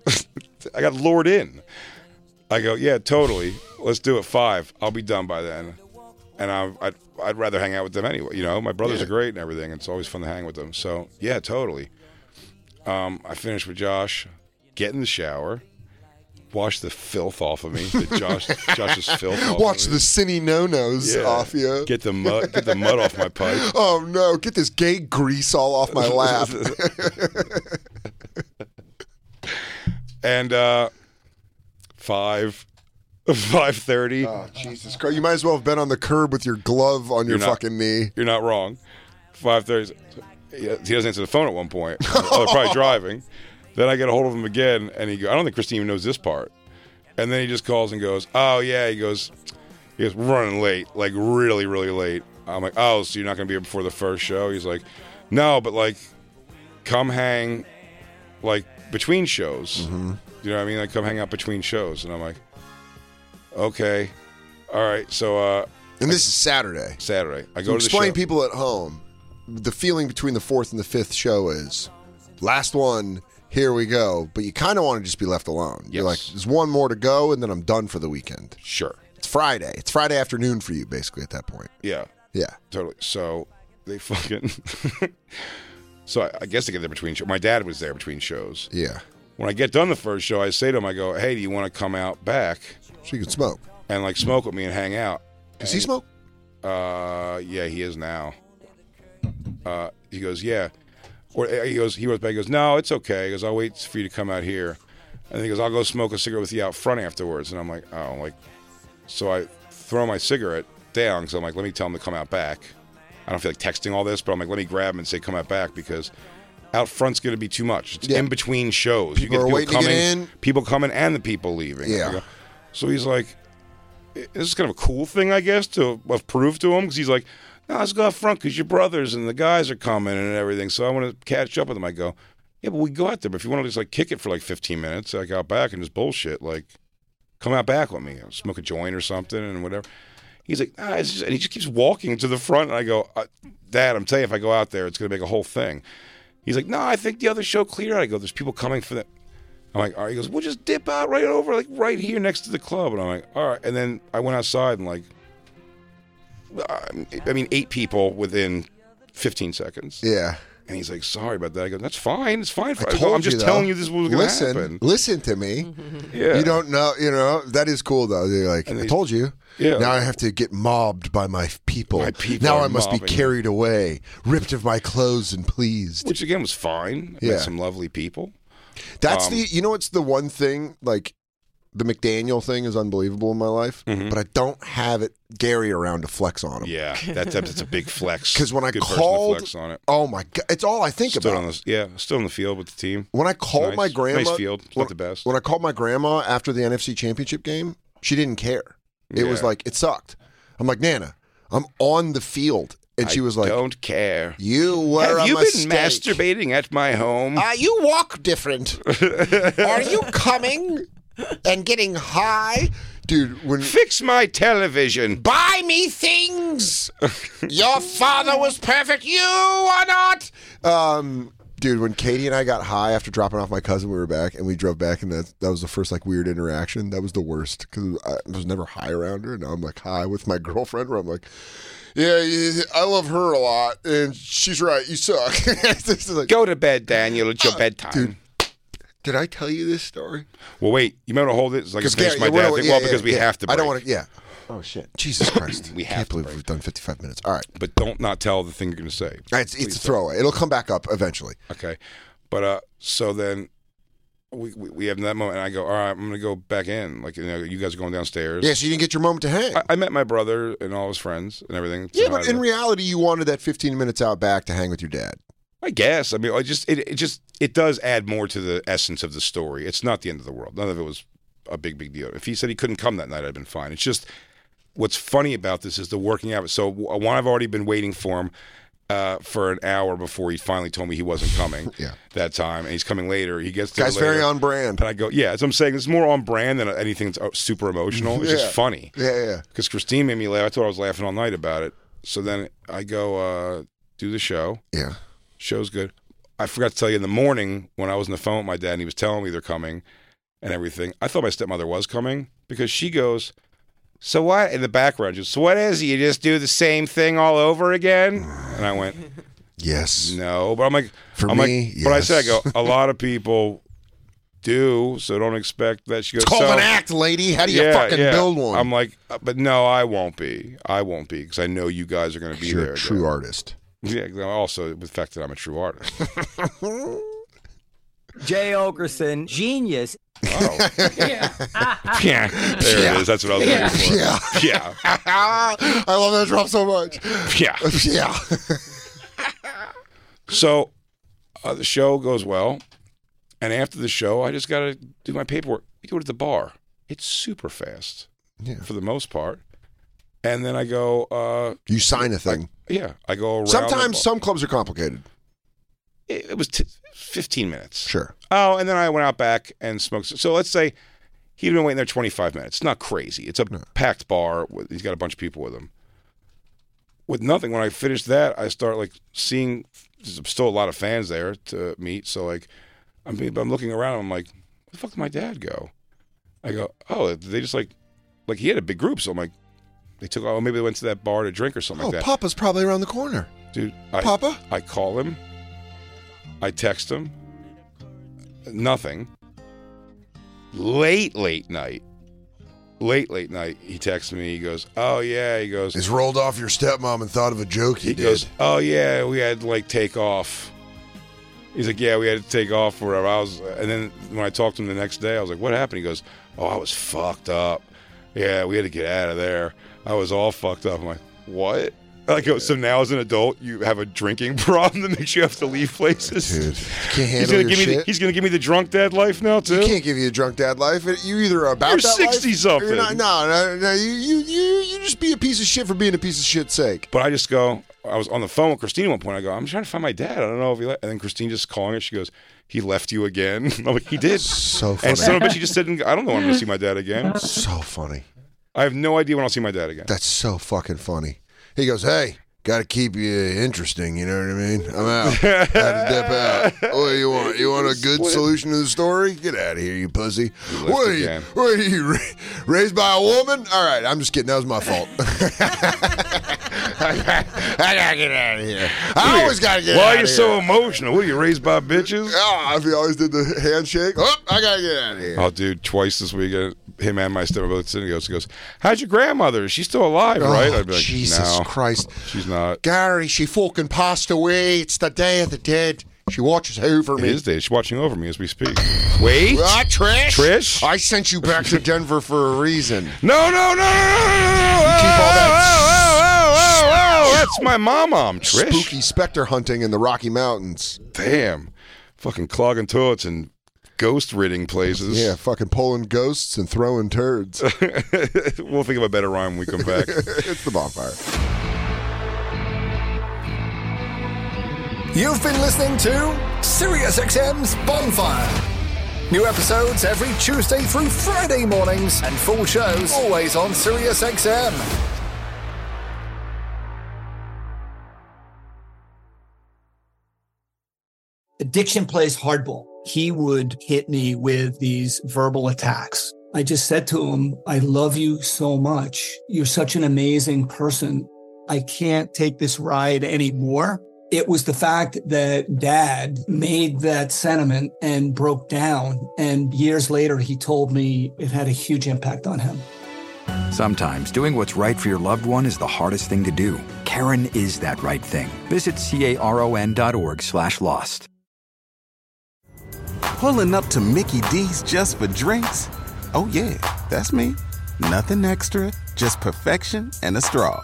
C: I got lured in. I go, yeah, totally. Let's do it five. I'll be done by then. And I, I'd, I'd rather hang out with them anyway. You know, my brothers are great and everything. It's always fun to hang with them. So yeah, totally. Um, I finish with Josh, get in the shower, wash the filth off of me. The Josh, Josh's filth. Off
B: Watch
C: of
B: the
C: me.
B: cine no-nos
C: Yeah.
B: off you.
C: Get the mud, get the mud off my pipe.
B: oh no, get this gay grease all off my lap.
C: and uh five five thirty.
B: oh, Jesus Christ. You might as well have been on the curb with your glove on your
C: You're not-
B: fucking knee.
C: You're not wrong. Five thirty. He doesn't answer the phone at one point. Oh, they're probably driving. Then I get a hold of him again, and he. Go, I don't think Christine even knows this part. And then he just calls and goes, "Oh yeah," he goes, "He goes we're running late, like really, really late." I'm like, "Oh, so you're not gonna be here before the first show?" He's like, "No, but like, come hang, like between shows.
B: Mm-hmm.
C: You know what I mean? Like, come hang out between shows." And I'm like, "Okay, all right." So uh
B: And this is Saturday.
C: Saturday, I
B: So
C: go to the show.
B: explain people at home the feeling between the fourth and the fifth show is last one here we go but you kind of want to just be left alone you're
C: Yes.
B: like there's one more to go and then i'm done for the weekend
C: Sure.
B: it's friday it's friday afternoon for you basically at that point
C: Yeah.
B: yeah
C: Totally. So they fucking. so I, I guess they get there between shows. My dad was there between shows.
B: yeah
C: When I get done the first show, I say to him, I go, hey, do you want to come out back
B: so you can smoke
C: and like smoke with me and hang out?
B: does he smoke
C: Uh, yeah, he is now. Uh, he goes, yeah. Or uh, he goes, he goes back. He goes, no, it's okay. He goes, I'll wait for you to come out here. And he goes, I'll go smoke a cigarette with you out front afterwards. And I'm like, oh, like, so I throw my cigarette down because I'm like, let me tell him to come out back. I don't feel like texting all this, but I'm like, let me grab him and say, come out back because out front's going to be too much. It's
B: Yeah.
C: in between shows.
B: People are waiting to get in.
C: People coming and the people leaving.
B: Yeah.
C: I go- So he's like, this is kind of a cool thing, I guess, to have proved to him because he's like, no, let's go out front because your brothers and the guys are coming and everything. So I want to catch up with them. I go, yeah, but we go out there. But if you want to just like kick it for like 15 minutes, like out back and just bullshit, like come out back with me, smoke a joint or something and whatever. He's like, ah, it's just, and he just keeps walking to the front. And I go, uh, Dad, I'm telling you, if I go out there, it's going to make a whole thing. He's like, no, I think the other show cleared out. I go, there's people coming for that. I'm like, all right. He goes, we'll just dip out right over, like right here next to the club. And I'm like, all right. And then I went outside and like, I I mean, eight people within 15 seconds.
B: yeah
C: And he's like, sorry about that. I go, that's fine. It's fine.
B: I
C: I
B: told
C: am just
B: though.
C: telling you this was going to
B: listen
C: happen.
B: listen to me
C: Yeah.
B: you don't know you know that is cool though you're like
C: And
B: i
C: they-
B: told you
C: Yeah.
B: now i have to get mobbed by my people
C: My people
B: now
C: are
B: i must be
C: mobbing me.
B: carried away ripped of my clothes and pleased
C: Which again was fine. I
B: Yeah.
C: met some lovely people.
B: That's
C: Um,
B: the you know it's the one thing like the McDaniel thing is unbelievable in my life, but I don't have it Gary around to flex on him.
C: Mm-hmm. Yeah. That, that's a big flex.
B: Because when I
C: Good person to
B: called,
C: flex on it.
B: oh my god, it's all I think
C: Stood
B: about.
C: on the, yeah, still on the field with the team.
B: When I called
C: Nice.
B: my grandma,
C: Nice field. It's
B: when,
C: not the best.
B: When I called my grandma after the NFC Championship game, she didn't care. It was
C: Yeah.
B: like it sucked. I'm like Nana, I'm on the field, and she
C: I
B: was like,
C: don't care.
B: "You were
C: Have
B: a
C: you
B: mistake. Ah,
C: been masturbating at my home?
F: Uh, you walk different. Are you coming and getting high?
B: Dude, when
C: fix my television,
F: buy me things. Your father was perfect. You are not.
B: Um, dude, when Katie and I got high after dropping off my cousin, we were back and we drove back, and that that was the first like weird interaction. That was the worst because I was never high around her. Now I'm like high with my girlfriend, where I'm like, yeah, yeah, I love her a lot, and she's right. You suck. It's just like,
C: Go to bed, Daniel. It's your bedtime.
B: Uh, dude. did I tell you this story?
C: Well, wait. You might want to hold it. It's like
B: Because
C: it's finished my
B: Gary-
C: dad.
B: yeah,
C: thing.
B: yeah,
C: well,
B: yeah,
C: because we
B: yeah.
C: have to.
B: I
C: Break.
B: don't want to. Yeah. Oh shit. Jesus Christ.
C: We have
B: Can't
C: to
B: believe
C: break.
B: we've done 55 minutes. All right.
C: But don't not tell the thing you're going to say.
B: It's,
C: Please
B: it's a
C: don't.
B: throwaway. It'll come back up eventually.
C: Okay. But uh, so then we, we we have that moment, and I go, all right, I'm going to go back in. Like you know, you guys are going downstairs.
B: Yeah, so you didn't get your moment to hang.
C: I, I met my brother and all his friends and everything.
B: yeah,
C: So
B: but
C: I-
B: in reality, you wanted that 15 minutes out back to hang with your dad.
C: I guess. I mean, I just it, it just it does add more to the essence of the story. It's not the end of the world. None of it was a big big deal. If he said he couldn't come that night, I'd been fine. It's just what's funny about this is the working out. So w- one, I've already been waiting for him uh, for an hour before he finally told me he wasn't coming.
B: Yeah.
C: that time, and he's coming later. He gets there
B: Guy's very
C: later.
B: on brand.
C: And I go, yeah, as I'm saying, it's more on brand than anything that's uh, super emotional. It's
B: Yeah.
C: just funny
B: Yeah, yeah.
C: because Christine made me laugh. I thought I was laughing all night about it. So then I go uh, do the show.
B: Yeah.
C: Show's good. I forgot to tell you in the morning when I was on the phone with my dad and he was telling me they're coming and everything. I thought my stepmother was coming because she goes, So what? In the background, just, So what is it? You just do the same thing all over again? And I went,
B: Yes.
C: No. But I'm like,
B: For
C: I'm
B: me,
C: like, But I
B: yes.
C: said, I go, A lot of people do. So don't expect that. She goes,
B: It's called
C: "So-
B: an act, lady. How do you
C: yeah,
B: fucking
C: yeah.
B: build one?
C: I'm like, uh, but no, I won't be. I won't be because I know you guys are going to be
B: You're
C: there.
B: a true
C: again.
B: artist.
C: Yeah. 'cause Also, the fact that I'm a true artist.
K: Jay Ogerson, genius.
C: Oh. yeah. There
B: Yeah.
C: it is. That's what I was
B: Yeah.
C: looking for.
B: Yeah.
C: Yeah.
B: I love that drop so much.
C: Yeah.
B: Yeah.
C: So uh, the show goes well. And after the show, I just got to do my paperwork. We do it at the bar. It's super fast
B: Yeah.
C: for the most part. And then I go, uh,
B: You sign a thing.
C: yeah, I go around. the
B: Sometimes
C: bar.
B: some clubs are complicated.
C: it, it was t- 15 minutes.
B: Sure.
C: Oh, and then I went out back and smoked. So let's say he'd been waiting there 25 minutes. It's not crazy. It's a packed bar. With, he's got a bunch of people with him. With nothing, when I finished that, I start like seeing there's still a lot of fans there to meet. So like, I'm I'm looking around. I'm like, where the fuck did my dad go? I go, oh, they just like, like he had a big group. So I'm like, they took. Oh, maybe they went to that bar to drink or something
B: oh,
C: like that.
B: Papa's probably around the corner.
C: Dude, I,
B: Papa?
C: I call him. I text him. Nothing. Late, late night. Late, late night. He texts me. He goes, "Oh yeah." He goes.
B: He's rolled off your stepmom and thought of a joke you
C: He
B: did.
C: goes, "Oh yeah, we had like take off." He's like, "Yeah, we had to take off or whatever." I was, and then when I talked to him the next day, I was like, "What happened?" He goes, "Oh, I was fucked up. Yeah, we had to get out of there. I was all fucked up." I'm like, "What?" I go, "So now as an adult, you have a drinking problem that makes you have to leave places."
B: Dude, you can't handle
C: he's gonna
B: your
C: give me. The,
B: shit.
C: he's gonna give me the drunk dad life now too.
B: You can't give you a drunk dad life. You either are about
C: You're
B: that life,
C: 60
B: or
C: something.
B: You're not, no, no, no. You, you, you, you just be a piece of shit for being a piece of shit's sake.
C: But I just go, I was on the phone with Christine at one point. I go, I'm trying to find my dad. I don't know if he left. And then Christine just calling it. She goes, he left you again. I'm like, he did.
B: So funny.
C: And son of a bitch, he just said, I don't know when I'm going to see my dad again.
B: So funny.
C: I have no idea when I'll see my dad again.
B: That's so fucking funny. He goes, hey, got to keep you interesting. You know what I mean? I'm out. Had to dip out. What do you want? You want a good solution to the story? Get out of here, you pussy.
C: left
B: What are you,
C: again.
B: what are you ra- raised by a woman? All right, I'm just kidding. That was my fault. I gotta get out of here. I always gotta get
C: Why
B: out
C: are you
B: of
C: so
B: here.
C: emotional? What are you raised by bitches?
B: Oh, he always did the handshake. Oh, I gotta get out of here.
C: Oh, dude, twice this weekend, him and my stepmother both sitting there. She goes, How's your grandmother? Is she still alive, right?
B: Oh,
C: I'd be like,
B: Jesus
C: no,
B: Christ.
C: she's not.
B: Gary, she fucking passed away. It's the day of the dead. She watches over
C: It
B: me.
C: is dead. She's watching over me as we speak. Wait.
B: Ah, Trish.
C: Trish?
B: I sent you back to Denver for a reason.
C: No, no, no, no, no, no, no, no,
B: all
C: no, no, no, no, That's my mom, mom, Trish.
B: Spooky specter hunting in the Rocky Mountains.
C: Damn. Fucking clogging toilets and ghost ridding places.
B: Yeah, fucking pulling ghosts and throwing turds.
C: we'll think of a better rhyme when we come back.
B: it's the bonfire.
L: You've been listening to SiriusXM's Bonfire.
M: New episodes every Tuesday through Friday mornings, and full shows always on SiriusXM.
N: Addiction plays hardball. He would hit me with these verbal attacks. I just said to him, I love you so much. You're such an amazing person. I can't take this ride anymore. It was the fact that dad made that sentiment and broke down. And years later, he told me it had a huge impact on him.
O: Sometimes doing what's right for your loved one is the hardest thing to do. Karen is that right thing. Visit caron.org slash lost.
P: Pulling up to Mickey D's just for drinks? Oh, yeah, that's me. Nothing extra, just perfection and a straw.